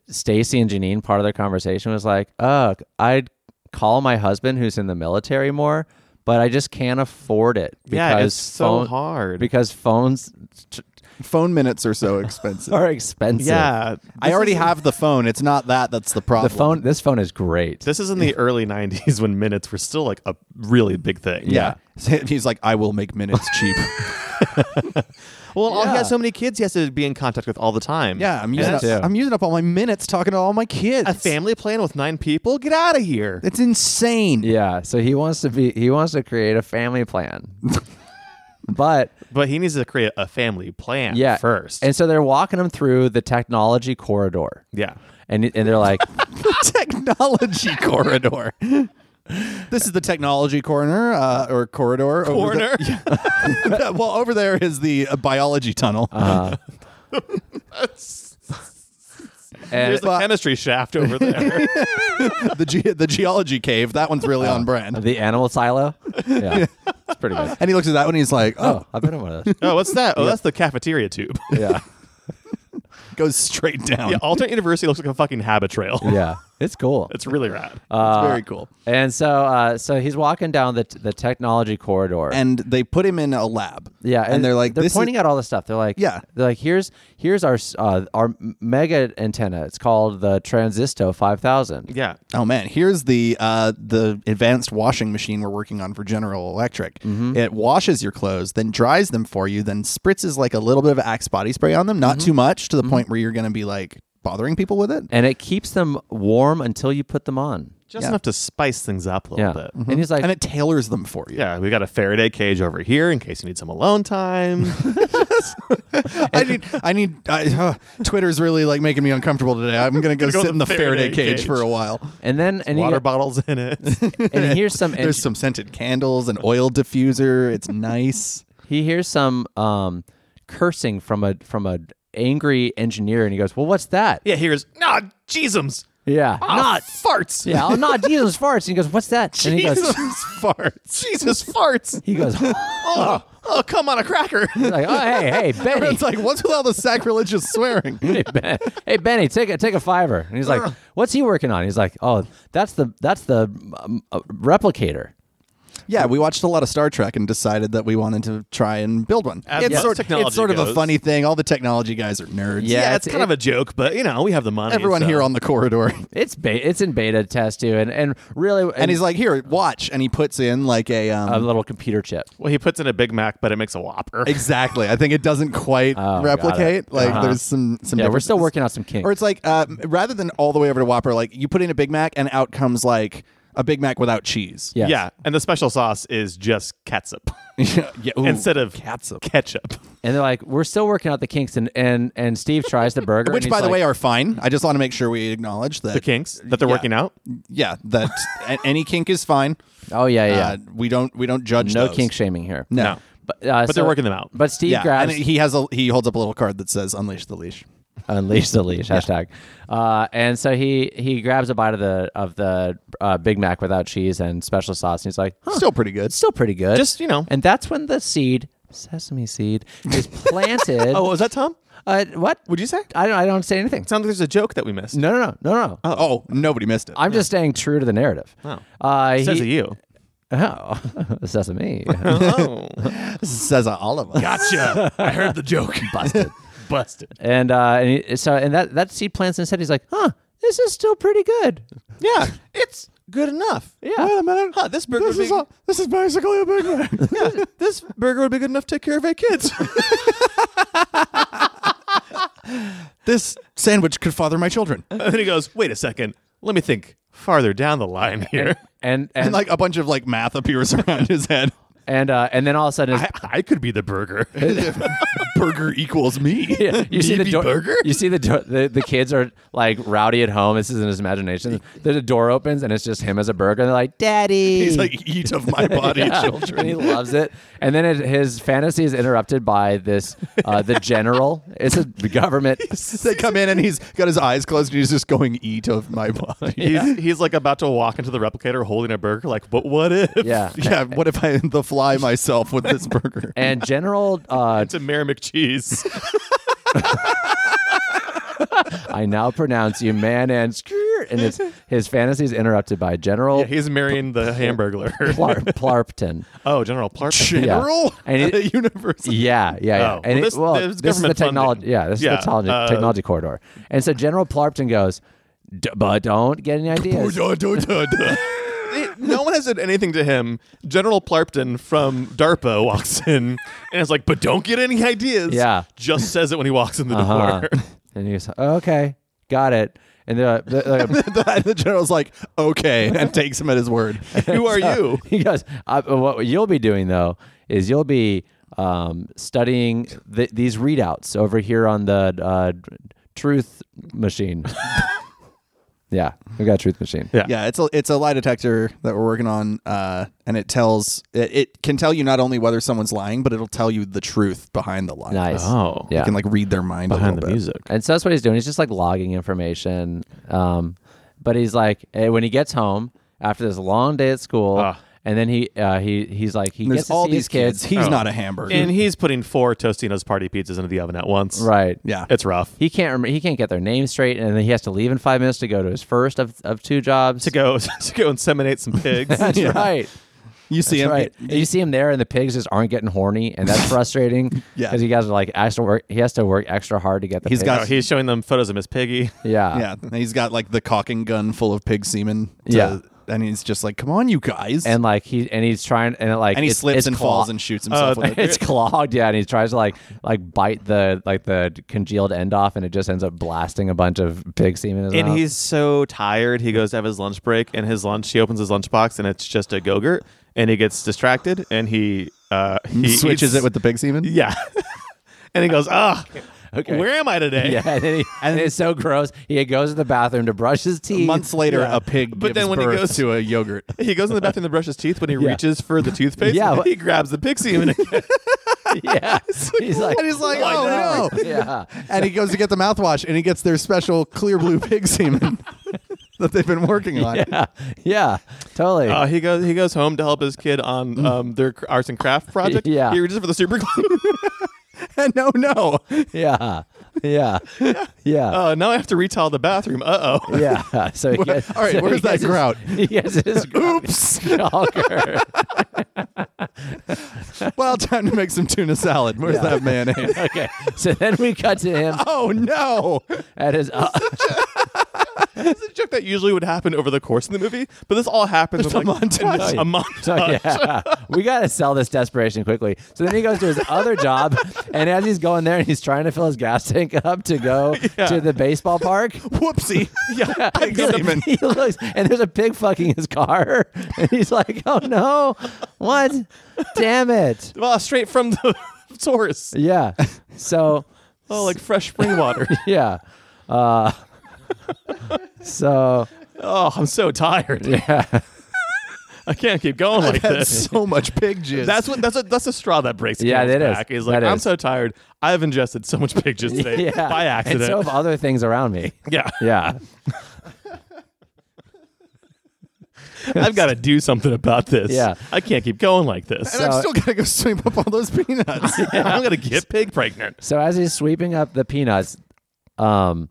S3: Stacy and Janine. Part of their conversation was like, "Oh, I'd call my husband who's in the military more, but I just can't afford it because
S4: Yeah, it's so
S3: phone-
S4: hard.
S3: because phones t-
S2: Phone minutes are so expensive.
S3: are expensive.
S4: yeah,
S2: I
S4: this
S2: already
S4: is-
S2: have the phone. It's not that that's the
S3: the
S2: problem.
S3: phone. This phone is great.
S4: This is in the early '90s when minutes were still like a really big thing.
S2: Yeah. he's like I will make minutes cheap.
S4: Well, all he
S3: Yeah.
S4: has so many kids, he has to be in contact with all the time.
S2: yeah, I'm
S4: And
S2: using up,
S4: that's
S3: too.
S2: I'm using up all my minutes talking to all my kids.
S4: a family plan with nine people. Get out of here.
S2: It's insane.
S3: yeah, so he wants to be. He wants to create a family plan, but
S4: But he needs to create a family plan.
S3: yeah,
S4: first.
S3: And so they're walking him through the technology corridor,
S4: yeah.
S3: and and they're like.
S2: technology corridor. This is the technology corner uh, or corridor. Over
S4: Corner.
S2: the- well, over there is the uh, biology tunnel.
S3: Uh-huh. Uh, and-
S4: There's the chemistry shaft over there.
S2: the ge- the geology cave. That one's really
S3: Oh.
S2: on brand.
S3: The animal silo. Yeah, it's pretty good.
S2: And he looks at that one. He's like, oh,
S3: Oh, I've been in one of those.
S4: oh, what's that? Oh, that's the cafeteria tube.
S3: Yeah,
S2: goes straight down.
S4: yeah, alternate university looks like a fucking habit trail.
S3: yeah, it's cool.
S4: It's really rad.
S2: it's very cool.
S3: And so, uh, so he's walking down the the technology corridor.
S2: And they put him in a lab.
S3: yeah,
S2: and, they're like,
S3: they're
S2: this
S3: pointing
S2: is-
S3: out all this stuff. They're like,
S2: Yeah.
S3: they're like, here's here's our uh, our mega antenna. It's called the Transisto 5000.
S4: yeah.
S2: Oh man, here's the uh, the advanced washing machine we're working on for General Electric.
S3: Mm-hmm.
S2: It washes your clothes, then dries them for you, then spritzes like a little bit of Axe body spray on them, not too much to the point where you're going to be like bothering people with it.
S3: Mm-hmm. and it keeps them warm until you put them on.
S4: Just enough to spice things up a little
S3: Yeah, Mm-hmm.
S4: bit.
S3: and he's like,
S2: Mm-hmm. And it tailors them for you.
S4: Yeah, we got a Faraday cage over here in case you need some alone time.
S2: I need, I need. I, uh, Twitter's really like making me uncomfortable today. I'm gonna go,
S4: go
S2: sit
S4: in
S2: in the
S4: the
S2: Faraday,
S4: Faraday
S2: cage,
S4: cage.
S2: for a while.
S3: and then and he,
S4: Water bottles in it.
S3: and he hears some
S2: There's some scented candles, an oil diffuser. It's nice.
S3: he hears some um, cursing from a from a angry engineer, and he goes, "Well, what's that?"
S4: yeah, here's nah, Jeezums.
S3: Yeah,
S4: Not farts.
S3: yeah, oh, not Jesus farts. And he goes, "What's that?" And he goes,
S4: farts. Jesus farts.
S3: he goes, like,
S4: Oh, oh, come on a cracker.
S3: "Oh, hey, hey, Benny,
S2: It's like what's with all the sacrilegious swearing?
S3: hey, ben, hey, Benny, take a take a fiver." And he's like, "What's he working on?" He's like, "Oh, that's the that's the um, uh, replicator."
S2: Yeah, we watched a lot of Star Trek and decided that we wanted to try and build one.
S4: As
S2: it's
S4: most
S2: sort,
S4: technology
S2: it's sort of a
S4: goes.
S2: funny thing. All the technology guys are nerds.
S3: Yeah,
S4: Yeah, it's,
S3: it's-
S4: kind of a joke, but you know, we have the money.
S2: Everyone
S4: so-
S2: here on the corridor.
S3: It's be- it's in beta test too, and and really, and,
S2: And he's like, here, watch. And he puts in like a. Um,
S3: a little computer chip.
S4: Well, he puts in a Big Mac, but it makes a Whopper.
S2: exactly. I think it doesn't quite
S3: Oh, got it.
S2: replicate. Like,
S3: Uh-huh.
S2: there's some. some
S3: Yeah, we're still
S2: differences.
S3: working on some kinks.
S2: Or it's like uh, rather than all the way over to Whopper, like you put in a Big Mac and out comes like a Big Mac without cheese.
S3: Yes.
S4: Yeah, and the special sauce is just ketchup
S2: yeah. ooh.
S4: instead of
S2: Catsup.
S4: ketchup.
S3: and they're like, "We're still working out the kinks," and and and Steve tries the burger,
S2: Which,
S3: and
S2: by
S3: he's
S2: the
S3: like,
S2: way, are fine. I just want to make sure we acknowledge that.
S4: The kinks that they're
S2: Yeah.
S4: working out.
S2: Yeah, that a- any kink is fine.
S3: Oh yeah, yeah.
S2: Uh, we don't we don't judge
S3: no
S2: those.
S3: kink shaming here.
S2: No.
S4: No.
S3: But, uh,
S4: But they're working them out.
S3: But Steve
S2: yeah,
S3: grabs
S2: and he has a he holds up a little card that says "Unleash the leash."
S3: unleash the leash hashtag. Uh, and so he he grabs a bite of the of the uh, Big Mac without cheese and special sauce, and he's like, huh,
S2: Still pretty good.
S3: it's still pretty good.
S4: Just, you know.
S3: And that's when the seed, sesame seed, is planted.
S4: Oh, was that Tom?
S3: uh, what
S4: Would you say?
S3: I don't. I don't say anything.
S4: Sounds like there's a joke that we missed.
S3: No, no, no, no, no.
S2: Oh, nobody missed it.
S3: I'm just staying true to the narrative.
S4: Oh.
S3: Uh,
S4: Says
S3: he-
S4: to you.
S3: Oh, sesame.
S4: Oh.
S2: says uh, all of us.
S4: gotcha. I heard the joke. Busted. Busted.
S3: and uh, and he, so and that that seed plants instead. He's like, huh, this is still pretty good.
S4: Yeah, it's good enough.
S3: Yeah. Wait a
S4: minute. Huh, this burger would be,
S2: this is basically a big man.
S4: yeah, this burger would be good enough to take care of eight kids.
S2: this sandwich could father my children.
S4: and then he goes, wait a second. Let me think farther down the line here.
S3: And and
S2: And like a bunch of like math appears around his head.
S3: and uh, and then all of a sudden, his-
S4: I, I could be the burger.
S2: Burger equals me.
S3: Yeah, you see the
S4: BB
S3: door.
S4: burger?
S3: You see the, door, the the kids are like rowdy at home. This isn't his imagination. Then the door opens and it's just him as a burger. And they're like, "Daddy."
S2: He's like, eat of my body,
S3: and he
S2: children.
S3: loves it. And then it, his fantasy is interrupted by this uh, the general. It's a government.
S2: they come in and he's got his eyes closed and he's just going, eat of my body.
S4: He's, he's like about to walk into the replicator holding a burger, like, but what if?
S3: Yeah.
S2: Yeah, what if I the fly myself with this burger?
S3: And General, uh,
S4: It's a Mary McCheese.
S3: I now pronounce you man and skirt. And it's, his fantasy is interrupted by General
S4: yeah, he's marrying the hamburglar.
S3: Plar- Plarpton.
S4: oh, General Plarp.
S2: General
S3: And
S2: at
S3: it-
S2: a university.
S3: Yeah, yeah, yeah.
S4: Oh,
S3: and
S4: well,
S3: it-
S4: this-
S3: well,
S4: this
S3: this,
S4: is
S3: is the
S4: government
S3: technology.
S4: funding.
S3: Yeah, this
S4: Yeah,
S3: is the technology,
S4: uh,
S3: technology corridor. And so General Plarpton goes, D- but don't get any ideas.
S4: no one has said anything to him. General Plarpton from DARPA walks in and is like, but don't get any ideas.
S3: Yeah.
S4: Just says it when he walks in the
S3: Uh-huh.
S4: door.
S3: and he goes, okay, got it. And they're, they're, they're-
S2: the, the general's like, okay, and takes him at his word.
S4: Who are you?
S3: he goes, I, what you'll be doing though is you'll be um, studying th- these readouts over here on the uh, truth machine. yeah, we got truth machine.
S4: Yeah.
S2: Yeah, it's a it's a lie detector that we're working on, uh, and it tells it, it can tell you not only whether someone's lying, but it'll tell you the truth behind the lie.
S3: Nice.
S4: Oh.
S3: yeah.
S2: You can like read their mind a little bit.
S3: And so that's what he's doing. He's just like logging information. Um, but he's like, eh, when he gets home after this long day at school,
S4: Ah.
S3: and then he uh, he he's like, he
S2: And
S3: gets
S2: There's
S3: to
S2: all
S3: see his
S2: these kids. He's
S4: Oh.
S2: not a hamburger.
S4: And he's putting four Tostino's party pizzas into the oven at once.
S3: right?
S2: yeah,
S4: It's rough.
S3: He can't remember. He can't get their names straight, and then he has to leave in five minutes to go to his first of, of two jobs.
S4: To go to go inseminate some pigs.
S3: that's
S2: Yeah.
S3: right.
S2: you see him.
S3: That's right. And you see him there, and the pigs just aren't getting horny, and that's frustrating.
S2: Yeah.
S3: because he has to like extra work. He has to work extra hard to get the.
S2: He's
S3: pigs.
S2: got-
S4: Oh, he's showing them photos of Miss Piggy.
S3: yeah,
S2: Yeah, and he's got like the caulking gun full of pig semen. to-
S3: Yeah.
S2: and he's just like, come on, you guys.
S3: and like he and he's trying and it, like
S2: and he
S3: it's-
S2: slips
S3: it's
S2: and
S3: claw-
S2: falls and shoots himself
S4: Oh,
S2: with it.
S3: it's clogged, yeah, and he tries to like like bite the like the congealed end off, and it just ends up blasting a bunch of pig semen. In his
S4: And
S3: mouth.
S4: he's so tired, he goes to have his lunch break, and his lunch, he opens his lunchbox, and it's just a Go-Gurt, and he gets distracted, and he uh, he
S2: switches
S4: eats-
S2: it with the pig semen.
S4: yeah, and he goes, ah,
S3: Okay.
S4: where am I today?
S3: yeah, and, then he, and it's so gross. He goes to the bathroom to brush his teeth.
S2: Months later,
S4: Yeah.
S2: a pig
S4: But
S2: gives
S4: then when he
S2: birth
S4: goes-
S2: to a yogurt.
S4: He goes in the bathroom to brush his teeth. When he
S3: Yeah.
S4: reaches for the toothpaste,
S3: Yeah,
S4: yeah,
S3: but-
S4: he grabs the pixie and again.
S3: yeah, he's like,
S2: and he's like,
S4: "Oh,
S2: oh no.
S3: yeah,
S2: and he goes to get the mouthwash and he gets their special clear blue pig semen that they've been working on.
S3: yeah, yeah, totally.
S4: Uh, he goes. He goes home to help his kid on um, their cr- arts and craft project.
S3: Yeah.
S4: he reaches for the super glue.
S2: And no, no.
S3: yeah, yeah, yeah,
S4: Uh, now I have to retile the bathroom. Uh oh.
S3: yeah. So he gets,
S2: All right,
S3: so
S2: where's
S3: he
S2: that
S3: gets his-
S2: grout?
S3: He gets his
S2: Oops.
S3: Gawker.
S2: Well, time to make some tuna salad. Where's that mayonnaise?
S3: okay, so then we cut to him
S2: Oh no!
S3: at his. Uh,
S4: It's a joke that usually would happen over the course of the movie, but this all happens with,
S2: a
S4: like,
S2: montage.
S4: in a montage.
S3: So, yeah, we got to sell this desperation quickly. So then he goes to his other job, and as he's going there, and he's trying to fill his gas tank up to go
S4: Yeah.
S3: to the baseball park.
S2: Whoopsie!
S4: Yeah.
S2: Pig semen.
S3: He looks, and there's a pig fucking his car, and he's like, "Oh no, what? Damn it!"
S4: Well, straight from the source.
S3: Yeah. So,
S4: Oh, like fresh spring water.
S3: yeah. Uh, so
S4: oh, I'm so tired.
S3: yeah,
S4: I can't keep going like
S2: That's
S4: this.
S2: so much pig juice.
S4: That's what that's a that's a straw that breaks.
S3: Yeah,
S4: camel's
S3: that is.
S4: back. He's like,
S3: That
S4: I'm
S3: is.
S4: so tired. I've ingested so much pig juice today by accident.
S3: And so have other things around me.
S4: yeah,
S3: Yeah.
S4: I've got to do something about this.
S3: Yeah.
S4: I can't keep going like this.
S2: and I'm
S3: so-
S2: still gonna go sweep up all those peanuts.
S4: I'm gonna get pig pregnant.
S3: So as he's sweeping up the peanuts, um,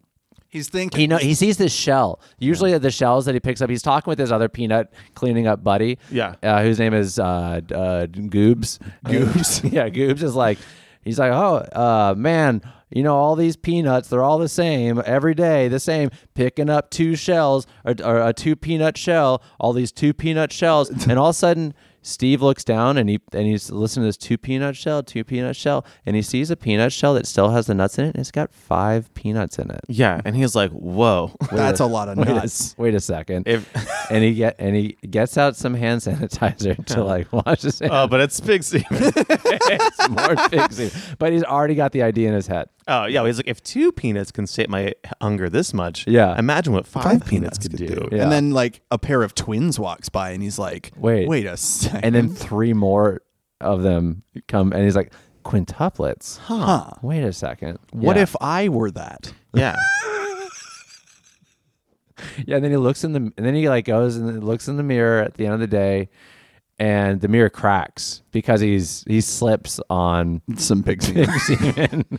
S2: He's thinking.
S3: he know he sees this shell. Usually the shells that he picks up, he's talking with his other peanut cleaning up buddy.
S4: Yeah.
S3: uh, whose name is uh, d- uh, Goobs. Goobs. yeah, Goobs is like, he's like, oh uh, man, you know all these peanuts, they're all the same every day, the same. Picking up two shells or, or a two peanut shell, all these two peanut shells, and all of a sudden. Steve looks down and he and he's listening to this two peanut shell, two peanut shell, and he sees a peanut shell that still has the nuts in it, and it's got five peanuts in it.
S4: Yeah, and he's like, "Whoa,
S2: That's a lot of
S3: Wait a-
S2: nuts.
S3: Wait a second. and he get and he gets out some hand sanitizer to like wash his hands.
S4: oh, but it's pig semen."
S3: more fixing. But he's already got the idea in his head.
S4: oh yeah, he's like, "If two peanuts can sate my hunger this much,
S3: Yeah.
S4: imagine what five,
S2: Five peanuts
S4: peanuts, could,
S2: could
S4: do."
S3: Yeah.
S2: And then like a pair of twins walks by, and he's like,
S3: Wait.
S2: wait a second."
S3: And then three more of them come, and he's like, quintuplets.
S2: huh?
S3: Wait a second.
S2: What
S3: Yeah.
S2: if I were that?
S4: Yeah,
S3: Yeah. And then he looks in the. And then he like goes and then looks in the mirror at the end of the day, and the mirror cracks because he's he slips on.
S2: Some pig semen.
S3: semen.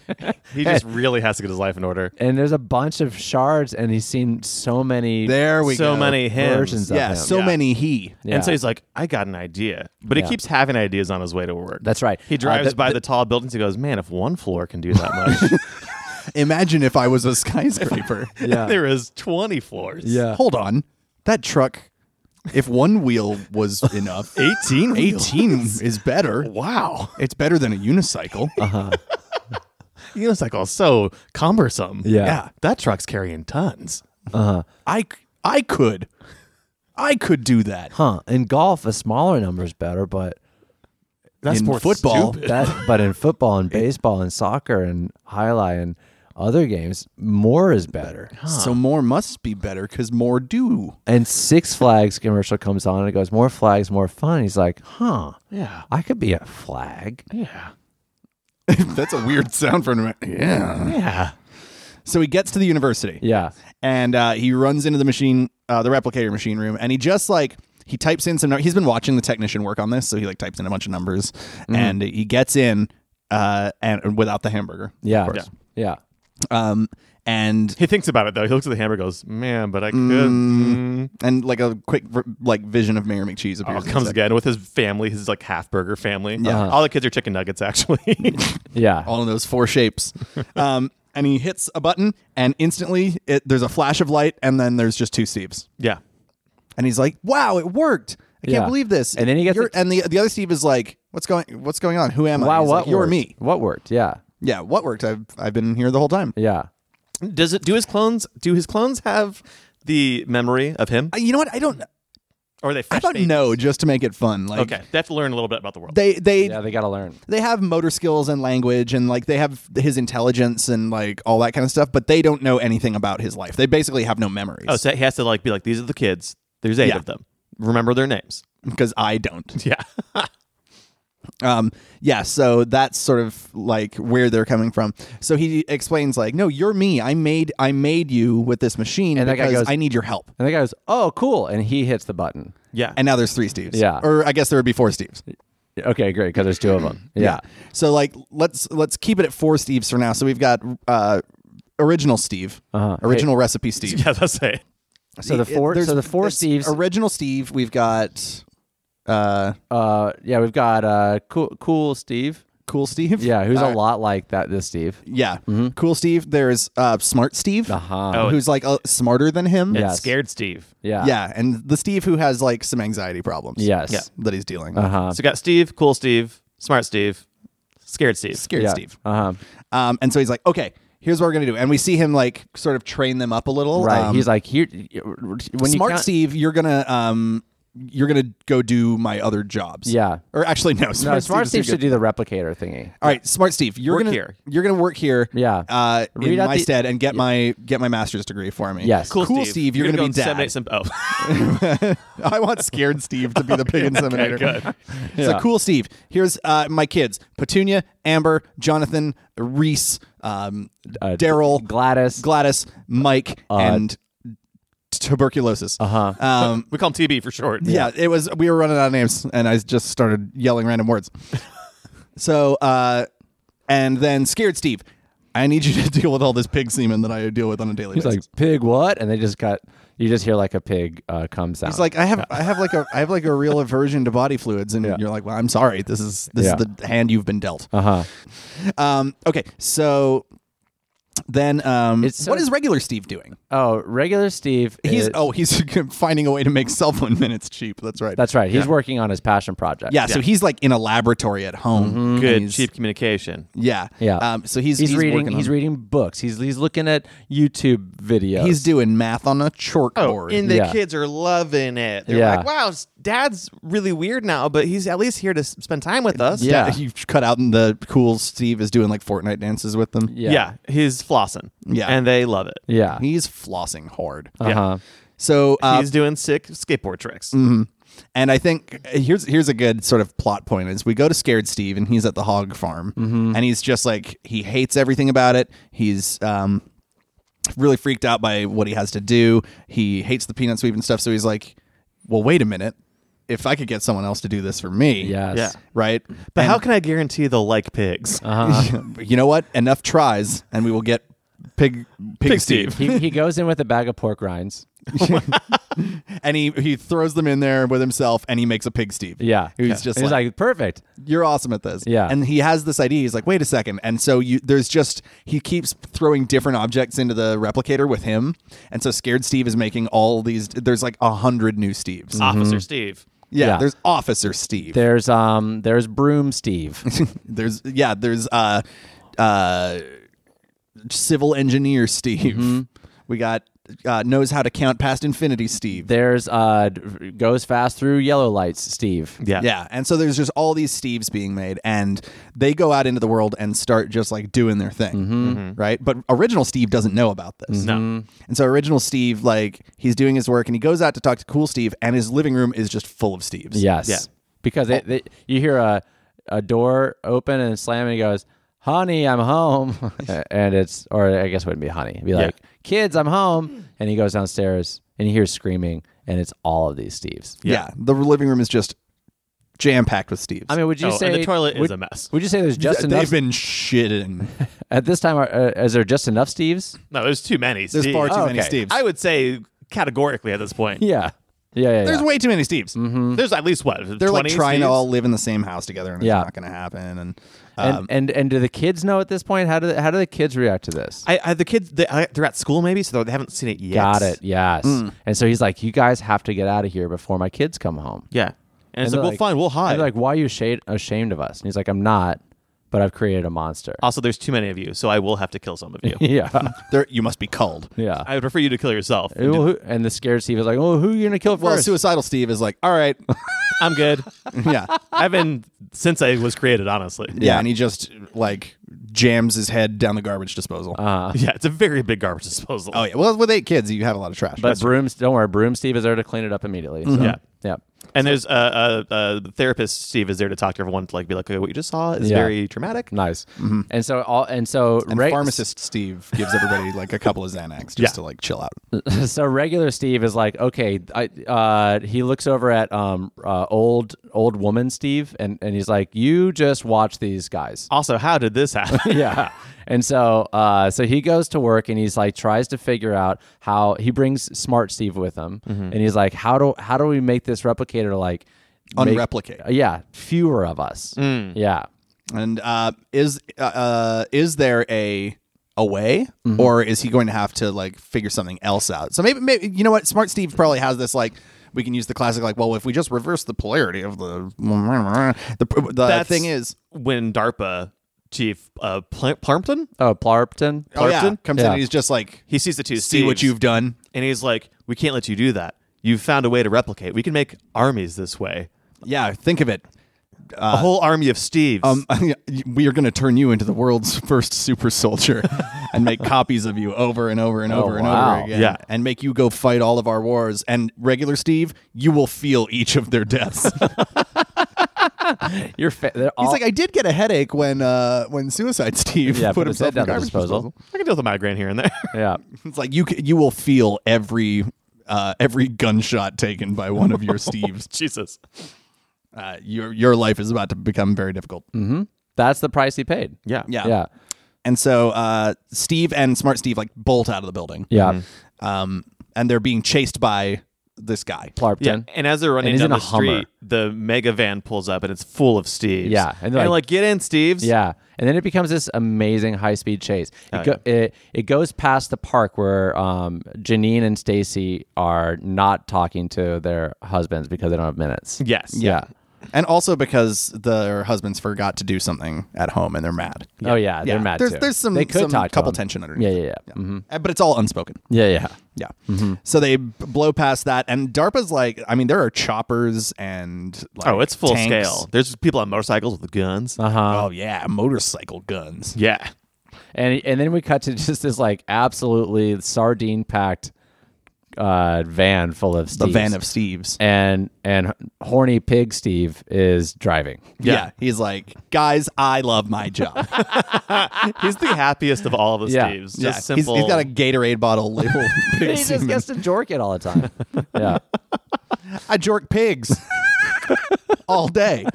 S4: he just really has to get his life in order.
S3: and there's a bunch of shards, and he's seen so many.
S2: There we go.
S4: so many hymns.
S3: Versions of
S2: Yeah,
S3: him.
S2: so
S4: Yeah.
S2: many he.
S3: Yeah.
S4: And so he's like, I got an idea. But he
S3: Yeah.
S4: keeps having ideas on his way to work.
S3: That's right.
S4: He
S3: Uh,
S4: drives
S3: the-
S4: by
S3: the-
S4: the, tall buildings. He goes, Man, if one floor can do that much,
S2: Imagine if I was a skyscraper.
S3: Yeah.
S4: there is 20 floors.
S3: Yeah.
S2: Hold on. That truck, if one wheel was enough,
S4: 18?
S2: 18 is better.
S4: Wow.
S2: It's better than a unicycle.
S4: Unicycle's so cumbersome.
S3: Yeah.
S4: That truck's carrying tons.
S2: I, c- I could. I could do that.
S3: Huh. In golf, a smaller number is better, but
S4: That's
S2: In
S4: more
S2: football,
S3: that but in football and baseball and soccer and highlight and other games, more is better.
S2: So more must be better because more do.
S3: And Six Flags commercial comes on and it goes, More flags, more fun. He's like, huh.
S4: Yeah.
S3: I could be a flag.
S4: Yeah.
S2: That's a weird sound for him. Yeah.
S4: Yeah.
S2: So he gets to the university.
S3: Yeah.
S2: and uh, he runs into the machine, uh, the replicator machine room, and he just like he types in some. num- He's been watching the technician work on this, so he like types in a bunch of numbers,
S3: Mm-hmm.
S2: and he gets in, uh, and and without the hamburger,
S3: Yeah.
S2: of course.
S3: Yeah.
S2: um, and
S4: He thinks about it, though. He looks at the hammer and goes, Man, but I could. mm."
S2: and like a quick v- like vision of Mayor McCheese
S4: Oh,
S2: appears. and
S4: comes
S2: stuff.
S4: again with his family, his like half burger family. Yeah. All the kids are chicken nuggets, actually.
S3: Yeah.
S2: all in those four shapes. um, and he hits a button, and instantly it, there's a flash of light, and then there's just two Steves.
S4: yeah.
S2: and he's like, "Wow, it worked! I can't
S3: Yeah.
S2: believe this."
S3: And then he gets
S2: You're-
S3: it-
S2: and the the other Steve is like, "What's going? What's going on? Who am I?"
S3: Wow,
S2: He's
S3: what
S2: like, you're
S3: worked?
S2: me?
S3: What worked? Yeah.
S2: Yeah, what worked? I've I've been here the whole time.
S3: Yeah.
S4: Does it do his clones do his clones have the memory of him?
S2: Uh, You know what? I don't.
S4: or are they
S2: I
S4: fresh
S2: don't
S4: babies?
S2: know. Just to make it fun, like
S4: Okay, they have to learn a little bit about the world.
S2: they they
S3: Yeah, they gotta learn.
S2: they have motor skills and language, and like they have his intelligence and like all that kind of stuff, but they don't know anything about his life. They basically have no memories
S4: oh, so he has to like be like, these are the kids. There's eight
S2: Yeah.
S4: of them. Remember their names.
S2: because I don't.
S4: Yeah.
S2: Um, yeah, so that's sort of like where they're coming from. So he explains like, "No, you're me. I made I made you with this machine,
S3: And that guy
S2: because
S3: goes-
S2: I need your help."
S3: And the guy goes, Oh, cool. And he hits the button.
S4: Yeah.
S2: And now there's three Steves.
S3: Yeah.
S2: Or I guess there would be four Steves.
S3: Okay, great, because there's two of them. Yeah.
S2: So like let's let's keep it at four Steves for now. So we've got uh original Steve.
S3: Uh-huh.
S2: Original recipe Steve.
S4: yeah, that's it.
S3: So the four
S2: There's-
S3: so the four
S2: it's
S3: Steves
S2: Original Steve, we've got uh
S3: uh yeah, we've got uh cool cool Steve.
S2: cool Steve.
S3: Yeah, who's
S2: Uh,
S3: a lot like that this Steve.
S2: Yeah. Cool Steve. There's uh smart Steve.
S3: Uh-huh.
S4: Oh,
S2: Who's like uh, smarter than him?
S3: Yeah.
S4: And
S3: Yes.
S4: Scared Steve.
S3: Yeah.
S2: Yeah, and the Steve who has like some anxiety problems.
S3: Yes.
S4: Yeah.
S2: that he's dealing. with.
S3: Uh huh.
S4: So we got Steve, cool Steve, smart Steve, scared Steve.
S2: Scared
S3: yeah.
S2: Steve.
S3: Uh huh.
S2: Um, and so he's like, "Okay, here's what we're gonna do." And we see him like sort of train them up a little.
S3: Right.
S2: Um,
S3: He's like here when you
S2: "Smart
S3: count,
S2: Steve, you're gonna um, you're gonna go do my other jobs.
S3: Yeah.
S2: Or actually, no. Smart
S3: No, Smart
S2: is
S3: Steve
S2: your
S3: should
S2: good-
S3: do the replicator thingy.
S2: All right, Smart Steve, you're
S4: Work
S2: gonna
S4: here.
S2: you're gonna work here.
S3: Yeah.
S2: Uh, in
S3: Read out
S2: my
S3: the-
S2: stead and get my get my master's degree for me.
S3: Yes.
S4: Cool,
S2: Cool,
S4: Steve.
S2: Steve, you're gonna be
S4: go
S2: dad.
S4: inseminate Some, oh,
S2: I want scared Steve to be the pig inseminator.
S4: good.
S2: So cool, Steve. Here's uh, my kids: Petunia, Amber, Jonathan, Reese, um,
S3: Uh,
S2: Daryl,
S3: Gladys.
S2: Gladys, Mike, and tuberculosis. Uh
S3: Uh-huh.
S2: huh. Um,
S4: we call him TB for short.
S2: yeah, it was. We were running out of names, and I just started yelling random words. so, uh, and then scared Steve. I need you to deal with all this pig semen that I deal with on a daily
S3: He's
S2: basis.
S3: like pig what? And they just got you just hear like a pig uh, come sound.
S2: It's like I have I have like a I have like a real aversion to body fluids, and you're like, well, I'm sorry. This is this
S3: Yeah.
S2: is the hand you've been dealt.
S3: uh huh.
S2: Um, okay, so then um,
S3: It's so-
S2: what is regular Steve doing?
S3: Oh, regular Steve.
S2: He's
S3: is-
S2: oh he's finding a way to make cell phone minutes cheap. That's right.
S3: that's right. He's working on his passion project.
S2: yeah, So he's like in a laboratory at home. and
S4: Good
S2: he's-
S4: cheap communication.
S2: Yeah.
S3: Mm-hmm. Yeah.
S2: Um, so he's
S3: He's, reading.
S2: working
S3: He's
S2: on-
S3: reading books. He's he's looking at YouTube videos.
S2: He's doing math on
S4: Oh,
S2: a chalkboard.
S4: and the
S3: Yeah.
S4: kids are loving it. They're
S3: Yeah.
S4: like, wow, s- dad's really weird now, but he's at least here to s- spend time with us.
S3: Yeah.
S2: you cut out and the cool Steve is doing like Fortnite dances with them.
S4: Yeah. He's flossing.
S2: Yeah.
S4: And they love it.
S3: Yeah.
S2: He's flossing hard.
S3: Uh huh.
S2: So uh,
S4: he's doing sick skateboard tricks.
S2: Mm-hmm. And I think uh, here's here's a good sort of plot point is we go to Scared Steve and he's at the hog farm
S4: Mm-hmm.
S2: and he's just like he hates everything about it. He's um really freaked out by what he has to do. He hates the peanut sweep and stuff, so he's like, Well, wait a minute. If I could get someone else to do this for me,
S3: Yes.
S4: Yeah.
S2: right?
S4: But how can I guarantee they'll like pigs?
S3: Uh-huh.
S2: you know what? Enough tries and we will get Pig Pig,
S4: Pig
S2: Steve.
S4: Steve.
S3: he, he goes in with a bag of pork rinds.
S2: And he, he throws them in there with himself and he makes a Pig Steve.
S3: Yeah.
S2: Who's
S3: Yeah.
S2: just
S3: And he's
S2: like
S3: like perfect.
S2: you're awesome at this.
S3: Yeah.
S2: And he has this idea. He's like, wait a second. And so you there's just he keeps throwing different objects into the replicator with him. And so scared Steve is making all these there's like a hundred new Steves.
S4: Officer Steve.
S2: yeah,
S3: Mm. yeah.
S2: There's Officer Steve.
S3: There's um there's broom Steve.
S2: there's yeah, there's uh uh civil engineer Steve.
S4: Mm-hmm.
S2: We got uh, knows how to count past infinity Steve.
S3: there's uh d- goes fast through yellow lights Steve.
S4: Yeah.
S2: Yeah. And so there's just all these Steves being made, and they go out into the world and start just like doing their thing. Right. But original Steve doesn't know about this.
S4: Mm-hmm. No.
S2: And so original Steve, like, he's doing his work and he goes out to talk to cool Steve, and his living room is just full of Steves.
S3: Yes.
S4: Yeah.
S3: Because they, they, you hear a a door open and slam and he goes, "Honey, I'm home." and it's or I guess it wouldn't be honey. It'd be like, "Kids, I'm home." And he goes downstairs and he hears screaming and it's all of these Steves.
S2: Yeah. The living room is just jam packed with Steves.
S3: I mean, would you
S4: Oh,
S3: say
S4: and the toilet
S3: would,
S4: is a mess.
S3: Would you say there's just
S2: Th-
S3: enough
S2: they've been shitting.
S3: at this time? Are, uh, is there just enough Steves?
S4: No, there's too many.
S2: There's
S4: Steve.
S2: far too
S3: Oh,
S2: many
S3: okay.
S2: Steves.
S4: Uh, I would say categorically at this point.
S3: Yeah, yeah, yeah. Mm-hmm.
S2: There's
S3: yeah.
S2: way too many Steves.
S4: There's at least what?
S2: They're like trying to all live in the same house together, and it's
S3: Yeah.
S2: not going to happen. And,
S3: and,
S2: um,
S3: and and do the kids know at this point? How do the, how do the kids react to this?
S4: I, I, the kids, they, I, they're at school maybe, so they haven't seen it yet.
S3: Got it. Yes.
S4: Hmm.
S3: And so he's like, "You guys have to get out of here before my kids come home."
S4: Yeah. And, it's
S3: they're
S4: like, well, fine, we'll
S3: and they're
S4: hide.
S3: like, why are you shade- ashamed of us? And he's like, I'm not, but I've created a monster.
S4: also, there's too many of you, so I will have to kill some of you.
S3: yeah,
S2: they're- you must be culled.
S3: yeah.
S4: I would prefer you to kill yourself.
S3: And who- and the scared Steve is like, "Oh, who are you gonna kill
S2: Well,
S3: first?
S2: suicidal Steve is like, all right.
S4: I'm good.
S2: yeah.
S4: I've been since I was created, honestly.
S2: Yeah, and he just like jams his head down the garbage disposal.
S3: Uh-huh.
S4: Yeah, it's a very big garbage disposal.
S2: oh yeah, well with eight kids, you have a lot of trash.
S3: but Broom, don't worry, Broom Steve is there to clean it up immediately. So,
S4: Mm-hmm. Yeah.
S3: yeah.
S4: And there's a uh, uh, uh, the therapist Steve is there to talk to everyone to like be like, okay, what you just saw is
S3: Yeah.
S4: very dramatic.
S3: Nice. And so all and so
S2: and
S3: re-
S2: pharmacist Steve gives everybody like a couple of Xanax just
S4: Yeah.
S2: to like chill out.
S3: so regular Steve is like, okay, I, uh, he looks over at um, uh, old old woman Steve, and, and he's like, you just watch these guys.
S4: Also, how did this happen?
S3: yeah. And so uh, so he goes to work and he's like tries to figure out how he brings smart Steve with him and he's like how do how do we make this replicator like make-
S2: Unreplicate.
S3: yeah, fewer of us. Yeah.
S2: And uh, is uh, uh, is there a a way, or is he going to have to like figure something else out? So maybe, maybe you know what, Smart Steve probably has this like. We can use the classic like, well, if we just reverse the polarity of the the the
S4: That's
S2: thing is,
S4: when DARPA chief uh, Pl- Plumpton,
S3: Oh, Plarpton.
S2: oh yeah,
S4: Clarkson?
S2: comes in
S3: Yeah.
S2: and he's just like,
S4: he sees the two
S2: see what
S4: Steves,
S2: you've done.
S4: and he's like, we can't let you do that. you've found a way to replicate. We can make armies this way.
S2: Yeah, think of it.
S4: a whole army of Steves.
S2: Uh, Um, we are going to turn you into the world's first super soldier and make copies of you over and over and over and
S3: Oh, wow.
S2: over again.
S4: Yeah.
S2: And make you go fight all of our wars. And regular Steve, you will feel each of their deaths.
S3: You're fa- they're all,
S2: He's like, I did get a headache when uh, when Suicide Steve
S3: Yeah,
S2: put
S3: put his head
S2: himself in
S3: down the
S2: garbage
S3: disposal.
S2: disposal.
S4: I can deal with a migraine here and there.
S3: yeah.
S2: It's like you c- you will feel every uh, every gunshot taken by one of your Steves.
S4: Jesus.
S2: Uh, your your life is about to become very difficult.
S3: That's the price he paid.
S4: Yeah.
S2: Yeah.
S3: Mm, Yeah.
S2: And so uh, Steve and Smart Steve like bolt out of the building.
S3: Yeah.
S2: um, and they're being chased by this guy.
S4: Yeah,
S3: Plarpton.
S4: and as they're running
S3: And he's
S4: down
S3: in a
S4: the street,
S3: Hummer.
S4: the mega van pulls up and it's full of Steves.
S3: Yeah,
S4: and
S3: and
S4: they're
S3: they're
S4: like,
S3: like-
S4: "Get in, Steves."
S3: Yeah, and then it becomes this amazing high speed chase.
S2: Oh,
S3: It, go, it it goes past the park where um, Janine and Stacy are not talking to their husbands because they don't have minutes.
S4: Yes.
S3: Yeah.
S2: And also because their husbands forgot to do something at home and they're mad.
S3: Oh yeah, they're mad
S2: There's,
S3: too.
S2: there's some,
S3: they could
S2: some
S3: talk to
S2: couple
S3: them.
S2: tension underneath.
S3: Yeah, yeah, yeah. Yeah,
S2: Uh, But it's all unspoken.
S3: yeah. yeah.
S2: Yeah. So they b- blow past that. And DARPA's like, I mean, there are choppers and like,
S4: Oh, it's full
S2: tanks.
S4: scale. There's people on motorcycles with guns.
S2: oh, yeah. Motorcycle guns.
S4: Yeah.
S3: And and then we cut to just this like absolutely sardine packed uh, van full of
S2: The
S3: Steves.
S2: van of Steve's.
S3: and and horny pig Steve is driving.
S2: Yeah. He's like, guys, I love my job.
S4: He's the happiest of all of the
S3: Yeah.
S4: Steves. Just
S2: yeah. He's-
S4: simple.
S2: he's got a Gatorade bottle labeled.
S3: he
S2: Big
S3: just
S2: Seaman.
S3: gets to jork it all the time. yeah.
S2: I jork pigs all day.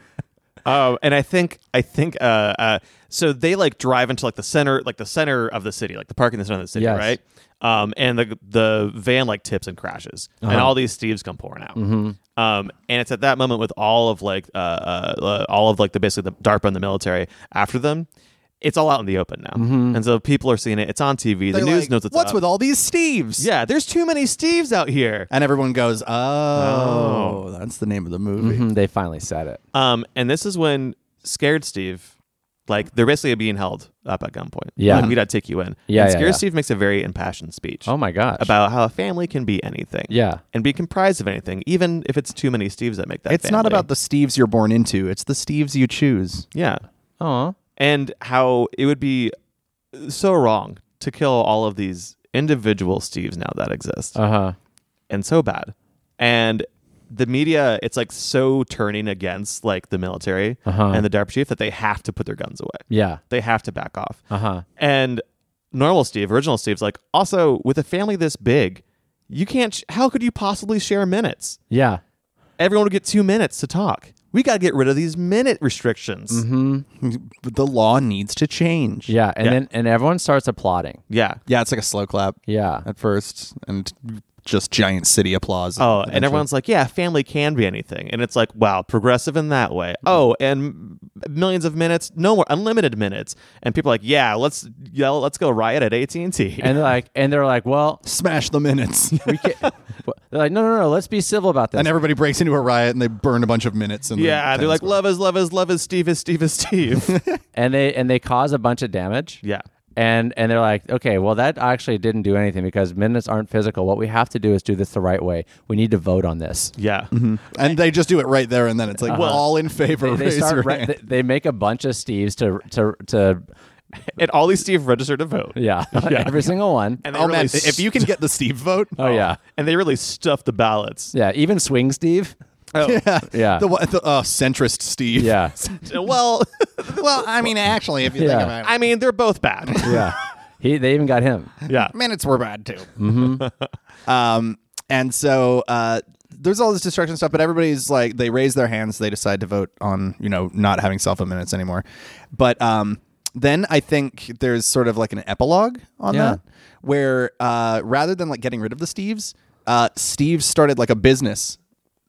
S4: Oh, and I think I think uh, uh, so. They like drive into like the center, like the center of the city, like the park in the center of the city,
S3: Yes.
S4: right? Um, and the the van like tips and crashes, and
S2: Uh-huh.
S4: all these Steves come pouring out.
S2: Mm-hmm.
S4: Um, and it's at that moment with all of like uh, uh, uh, all of like the basically the DARPA and the military after them. It's all out in the open now, and so people are seeing it. It's on TV. the
S2: Mm-hmm. They're
S4: news
S2: like,
S4: knows it's
S2: What's
S4: up.
S2: with all these Steves?
S4: yeah, there's too many Steves out here.
S2: And everyone goes, oh, that's the name of the movie.
S3: Mm, They finally said it.
S4: Um, and this is when scared Steve, like they're basically being held up at gunpoint.
S3: Yeah.
S4: like, we gotta take you in.
S3: Yeah, yeah,
S4: and scared
S3: yeah.
S4: Steve makes a very impassioned speech.
S3: Oh my gosh.
S4: about how a family can be anything.
S3: Yeah.
S4: and be comprised of anything, even if it's too many Steves that make that.
S2: It's not
S4: family.
S2: about the Steves you're born into, it's the Steves you choose.
S4: yeah,
S3: Aw.
S4: and how it would be so wrong to kill all of these individual Steves now that exist,
S3: Uh huh.
S4: and so bad, and. The media, it's like so turning against like the military
S3: Uh-huh.
S4: and the DARPA chief that they have to put their guns away.
S3: Yeah.
S4: they have to back off.
S3: Uh huh.
S4: And normal Steve, original Steve's like, also with a family this big, you can't. Sh- how could you possibly share minutes?
S3: Yeah.
S4: Everyone would get two minutes to talk. We got to get rid of these minute restrictions.
S2: But the law needs to change.
S3: Yeah. And
S4: Yeah.
S3: then and everyone starts applauding.
S4: Yeah.
S2: Yeah, it's like a slow clap
S3: Yeah.
S2: at first and just giant city applause.
S4: Oh, and
S2: eventually.
S4: everyone's like, yeah, family can be anything. And it's like, wow, progressive in that way. Oh, and millions of minutes, no more, unlimited minutes. And people are like, yeah, let's yell, let's go riot at AT&T.
S3: And they're like and they're like, well,
S2: smash the minutes.
S3: we can't. they're like, no, no, no. Let's be civil about this.
S2: and everybody breaks into a riot and they burn a bunch of minutes. And
S4: yeah, they're like, love is, love is, love is, Steve is, Steve is, Steve.
S3: and they and they cause a bunch of damage.
S4: yeah.
S3: And and they're like, okay, well, that actually didn't do anything because minutes aren't physical. What we have to do is do this the right way. We need to vote on this.
S4: Yeah.
S2: and they just do it right there and then. It's like, all in favor.
S3: They
S2: raise your
S3: start. Re-
S2: hand.
S3: they, they make a bunch of Steves to to to.
S4: And all these Steve registered to vote.
S3: Yeah, every single one.
S4: And they,
S2: oh,
S4: really
S2: man,
S4: st-
S2: if you can get the Steve vote.
S3: oh yeah,
S4: and they really stuffed the ballots.
S3: yeah. Even swing Steve.
S2: Yeah.
S3: Yeah.
S2: The, one- the uh, centrist Steve.
S3: Yeah.
S4: well,
S2: well, I mean, actually, if you
S3: Yeah.
S2: think about it,
S4: I mean, they're both bad.
S3: yeah. He, they even got him.
S4: yeah.
S2: minutes were bad too.
S3: Mm-hmm.
S2: um, and so uh, there's all this destruction stuff, but everybody's like, they raise their hands, they decide to vote on, you know, not having cell phone minutes anymore. But um, then I think there's sort of like an epilogue on
S3: Yeah.
S2: that, where uh, rather than like getting rid of the Steves, uh, Steve started like a business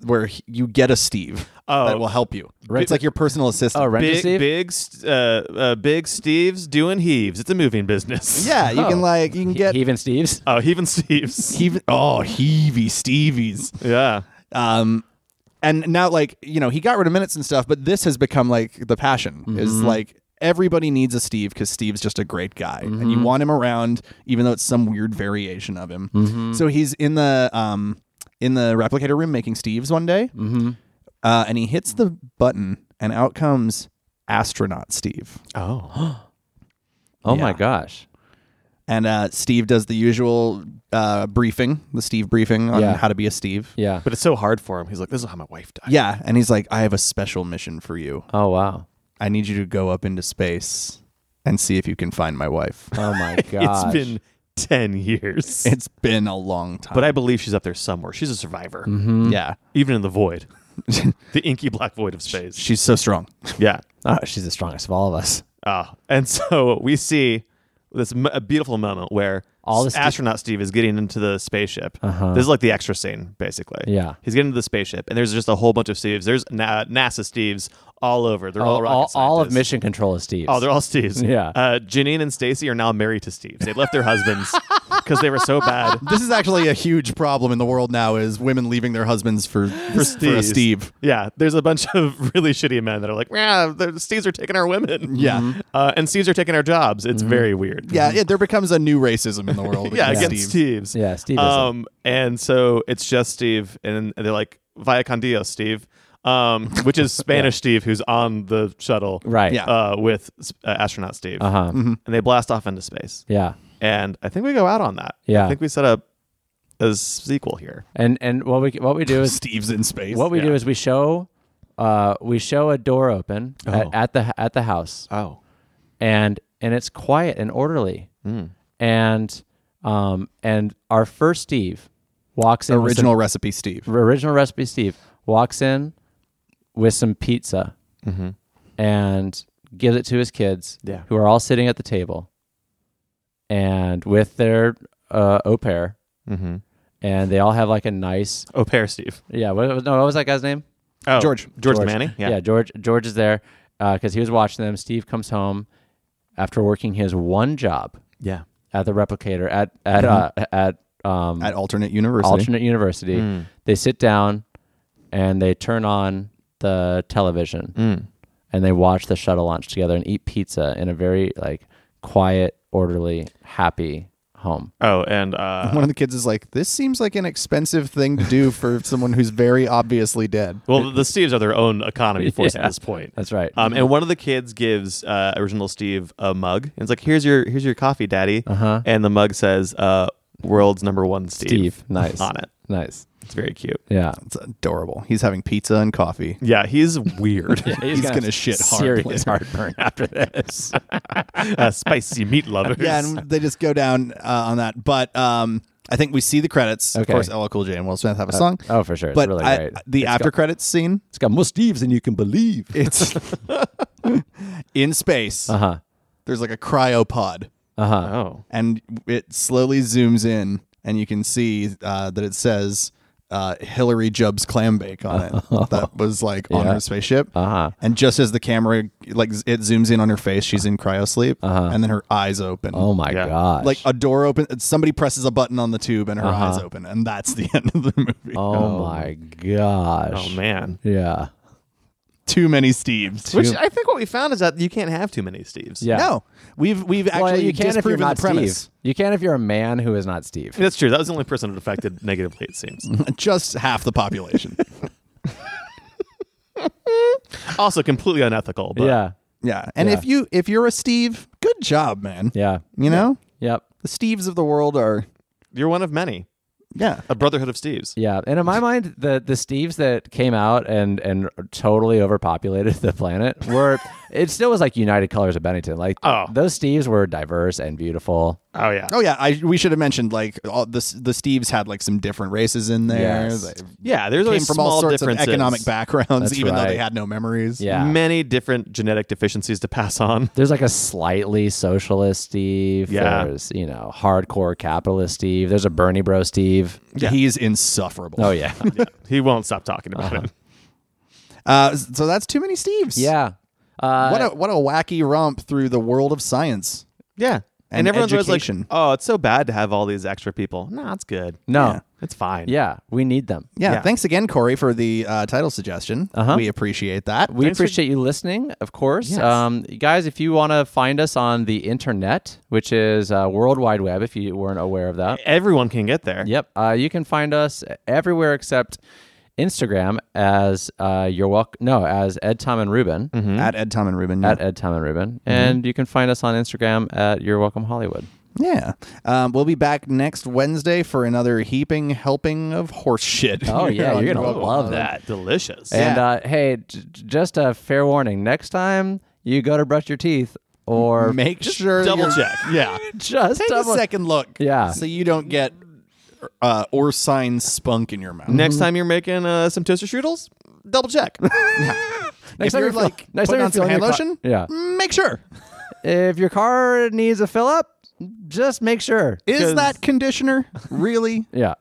S2: where he- you get a Steve
S4: Oh.
S2: that will help you. It's like your personal assistant.
S3: Oh, rent
S4: Big,
S3: Steve.
S4: big, uh, uh, big Steve's doing heaves. It's a moving business.
S2: Yeah, you can
S3: Oh.
S2: like you can get
S3: He even Steve's.
S4: Oh, heaving Steve's.
S2: heave- oh heavy Stevies.
S4: yeah.
S2: um and now like you know he got rid of minutes and stuff but this has become like the passion is like everybody needs a steve because steve's just a great guy and you want him around even though it's some weird variation of him so he's in the um in the replicator room making Steve's one day, mm-hmm. uh, and he hits the button, and out comes astronaut Steve.
S4: Oh,
S3: Oh my
S2: Yeah.
S3: gosh.
S2: And uh, Steve does the usual uh, briefing, the Steve briefing on
S3: Yeah.
S2: how to be a Steve.
S3: Yeah.
S4: but it's so hard for him. He's like, "This is how my wife died."
S2: Yeah, and he's like, I have a special mission for you.
S3: Oh wow.
S2: I need you to go up into space and see if you can find my wife.
S3: Oh my
S4: it's
S3: gosh.
S4: been ten years,
S2: It's been a long time.
S4: but I believe she's up there somewhere. She's a survivor,
S2: yeah,
S4: even in the void, the inky black void of space.
S2: she's so strong.
S4: Yeah.
S3: Oh, she's the strongest of all of us.
S4: Uh, and so we see this m- a beautiful moment where
S3: All
S4: s-
S3: the st-
S4: astronaut Steve is getting into the spaceship. This is like the extra scene, basically.
S3: Yeah.
S4: he's getting into the spaceship, and there's just a whole bunch of Steves. There's Na- NASA Steves all over. They're all
S3: All, all,
S4: rocket
S3: all of
S4: scientists.
S3: Mission Control is Steve's.
S4: Oh, they're all Steves.
S3: Yeah.
S4: Uh, Janine and Stacy are now married to Steves. They left their husbands because they were so bad.
S2: This is actually a huge problem in the world now: is women leaving their husbands for for, for a
S4: Steves.
S2: Steve.
S4: Yeah, there's a bunch of really shitty men that are like, yeah, the Steves are taking our women.
S2: Yeah.
S4: Uh, and Steves are taking our jobs. It's
S3: Mm-hmm.
S4: very weird.
S2: Yeah, it, there becomes a new racism in the world.
S4: Mm-hmm. yeah,
S2: against
S4: against
S2: Steve.
S4: Steve's.
S3: Yeah, Steve is a-
S4: Um, and so it's just Steve, and they're like, "Via con Dios, Steve," um, which is Spanish Steve, who's on the shuttle,
S3: Right.
S2: Yeah.
S4: Uh, with s- uh, astronaut Steve,
S3: Uh huh.
S4: and they blast off into space.
S3: Yeah.
S4: And I think we go out on that.
S3: Yeah.
S4: I think we set up a sequel here.
S3: And and what we what we do is
S2: Steve's in space.
S3: what we
S4: Yeah.
S3: do is we show uh we show a door open at, at the at the house
S4: Oh,
S3: and and it's quiet and orderly and um and our first Steve walks in with some-
S2: original recipe Steve?
S3: original recipe Steve walks in with some pizza and gives it to his kids
S4: Mm-hmm. Yeah.
S3: who are all sitting at the table and with their uh, au pair
S4: mm-hmm.
S3: and they all have like a nice
S4: au pair Steve.
S3: yeah what, what- no, what was that guy's name
S4: Oh,
S2: George.
S4: George, Manny.
S3: yeah.
S4: Yeah.
S3: George George is there because he was watching them Steve comes home after working his one job
S4: Yeah.
S3: at the replicator at at uh,
S4: Mm-hmm.
S3: at um
S2: At alternate university.
S3: alternate university. They sit down and they turn on the television and they watch the shuttle launch together and eat pizza in a very like quiet, orderly, happy home.
S4: Oh, and uh,
S2: One of the kids is like, "This seems like an expensive thing to do for someone who's very obviously dead."
S4: well, the Steves are their own economy force
S3: Yeah.
S4: at this point.
S3: That's right.
S2: Uh,
S4: Um, and one of the kids gives uh, original Steve a mug. And it's like, "Here's your here's your coffee, Daddy." Uh-huh. And the mug says, uh, "World's number one Steve."
S3: Steve, nice.
S4: on it.
S3: Nice.
S4: It's very cute.
S3: Yeah.
S2: It's adorable. He's having pizza and coffee.
S4: Yeah, he's weird.
S2: He's gonna gonna shit hard
S3: Serious heartburn after this.
S4: uh, spicy meat lovers.
S2: yeah, and they just go down uh, on that. But um, I think we see the credits.
S3: Okay.
S2: Of course, LL Cool J and Will Smith have a song.
S3: oh, for sure. It's
S2: but
S3: really
S2: I-
S3: great.
S2: the after credits scene,
S3: It's got more Steves than you can believe.
S2: it's in space.
S3: Uh huh.
S2: There's like a cryopod,
S3: Uh huh.
S4: oh.
S2: and it slowly zooms in, and you can see uh, that it says uh, Hillary Jubb's clam bake on it. That was like on her spaceship.
S3: Uh-huh.
S2: And just as the camera like it zooms in on her face, she's in cryosleep, and then her eyes open.
S3: Uh-huh. Oh my
S4: Yeah.
S3: gosh. Uh-huh.
S2: like a door open somebody presses a button on the tube and her eyes open and that's the end of the movie
S3: oh my gosh.
S4: Oh man.
S3: Yeah.
S2: too many steves
S4: Which I think what we found is that you can't have too many Steves.
S3: Yeah.
S2: no we've we've actually
S3: well, you can if you're
S2: disproven
S3: not
S2: the premise
S3: Steve. You can if you're a man who is not Steve.
S4: That's true. That was the only person that affected negatively, it seems.
S2: just half the population
S4: also completely unethical. But
S3: yeah.
S2: yeah and if you if you're a steve good job man
S3: Yeah.
S2: you know
S3: Yep.
S2: the steves of the world are
S4: you're one of many.
S2: yeah
S4: A brotherhood of Steves.
S3: Yeah. And in my mind, the the Steves that came out and and totally overpopulated the planet were it still was like United Colors of Bennington. Like
S4: Oh.
S3: those Steves were diverse and beautiful.
S4: Oh yeah.
S2: oh yeah i we should have mentioned like all the the steves had like some different races in there
S3: Yes.
S2: They
S4: Yeah, there's always
S2: came from
S4: small
S2: all sorts of
S4: differences.
S2: economic backgrounds
S3: That's
S2: even though they
S3: right.
S2: had no memories
S3: Yeah.
S4: Many different genetic deficiencies to pass on.
S3: There's like a slightly socialist Steve.
S4: Yeah.
S3: There's, you know, hardcore capitalist Steve. There's a Bernie Bro Steve.
S2: he's insufferable
S3: Oh yeah.
S4: He won't stop talking about it.
S2: uh, so that's too many steves
S3: yeah. Uh,
S2: what a what a wacky romp through the world of science.
S4: Yeah.
S2: and,
S4: everyone's
S2: education.
S4: always like, "Oh, it's so bad to have all these extra people." No, it's good.
S3: No.
S4: Yeah, it's fine.
S3: Yeah, we need them.
S2: yeah,
S4: yeah.
S2: Thanks again, Corey, for the uh, title suggestion.
S3: Uh-huh.
S2: We appreciate that.
S3: We
S4: Thanks for-
S3: appreciate you listening, of course. Um, guys, if you want to find us on the internet, which is uh, World Wide Web, if you weren't aware of that,
S4: everyone can get there.
S3: yep, uh, you can find us everywhere except Instagram as uh, you're welcome. No, as Ed, Tom, and Ruben
S2: Mm-hmm. at Ed, Tom, and Ruben. yeah.
S3: at Ed, Tom, and Ruben, and you can find us on Instagram at You're Welcome Hollywood.
S2: Yeah. Um, we'll be back next Wednesday for another heaping helping of horse shit.
S3: Oh, yeah,
S2: on
S3: you're gonna
S2: Welcome
S3: love
S2: Home.
S3: that.
S4: That delicious.
S3: And uh, hey, j- j- just a fair warning: next time you go to brush your teeth, or
S2: Make sure
S4: Double
S2: you're-
S4: check. Yeah.
S3: just
S2: Take
S3: double-
S2: a second look.
S3: Yeah.
S2: So you don't get uh, or sign spunk in your mouth.
S4: Next time you're making uh, some toaster strudels, double check.
S3: Next
S2: Next
S3: time
S2: if you're
S3: you feel-
S2: like
S3: next time
S2: putting
S3: you're
S2: on
S3: feeling
S2: some hand
S3: your co-
S2: lotion,
S3: yeah.
S2: make sure.
S3: if your car needs a fill up, just make sure.
S2: Is
S4: 'Cause-
S2: that conditioner really?
S3: yeah.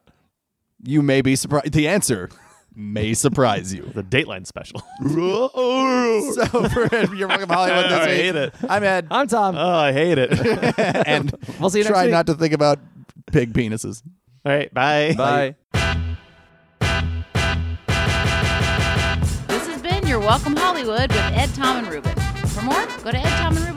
S2: You may be surprised. The answer may surprise you.
S4: the Dateline special. Oh,
S2: so for You're Welcome Hollywood this
S4: I
S2: week,
S4: hate it.
S2: I'm Ed.
S3: I'm Tom.
S2: Uh,
S4: oh, I hate it. All
S2: and
S3: We'll see you next
S2: try
S3: week.
S2: not to think about pig penises.
S4: right. Bye.
S3: Bye.
S1: This has been Your Welcome Hollywood with Ed, Tom, and Ruben. For more, go to edtomandruben.com.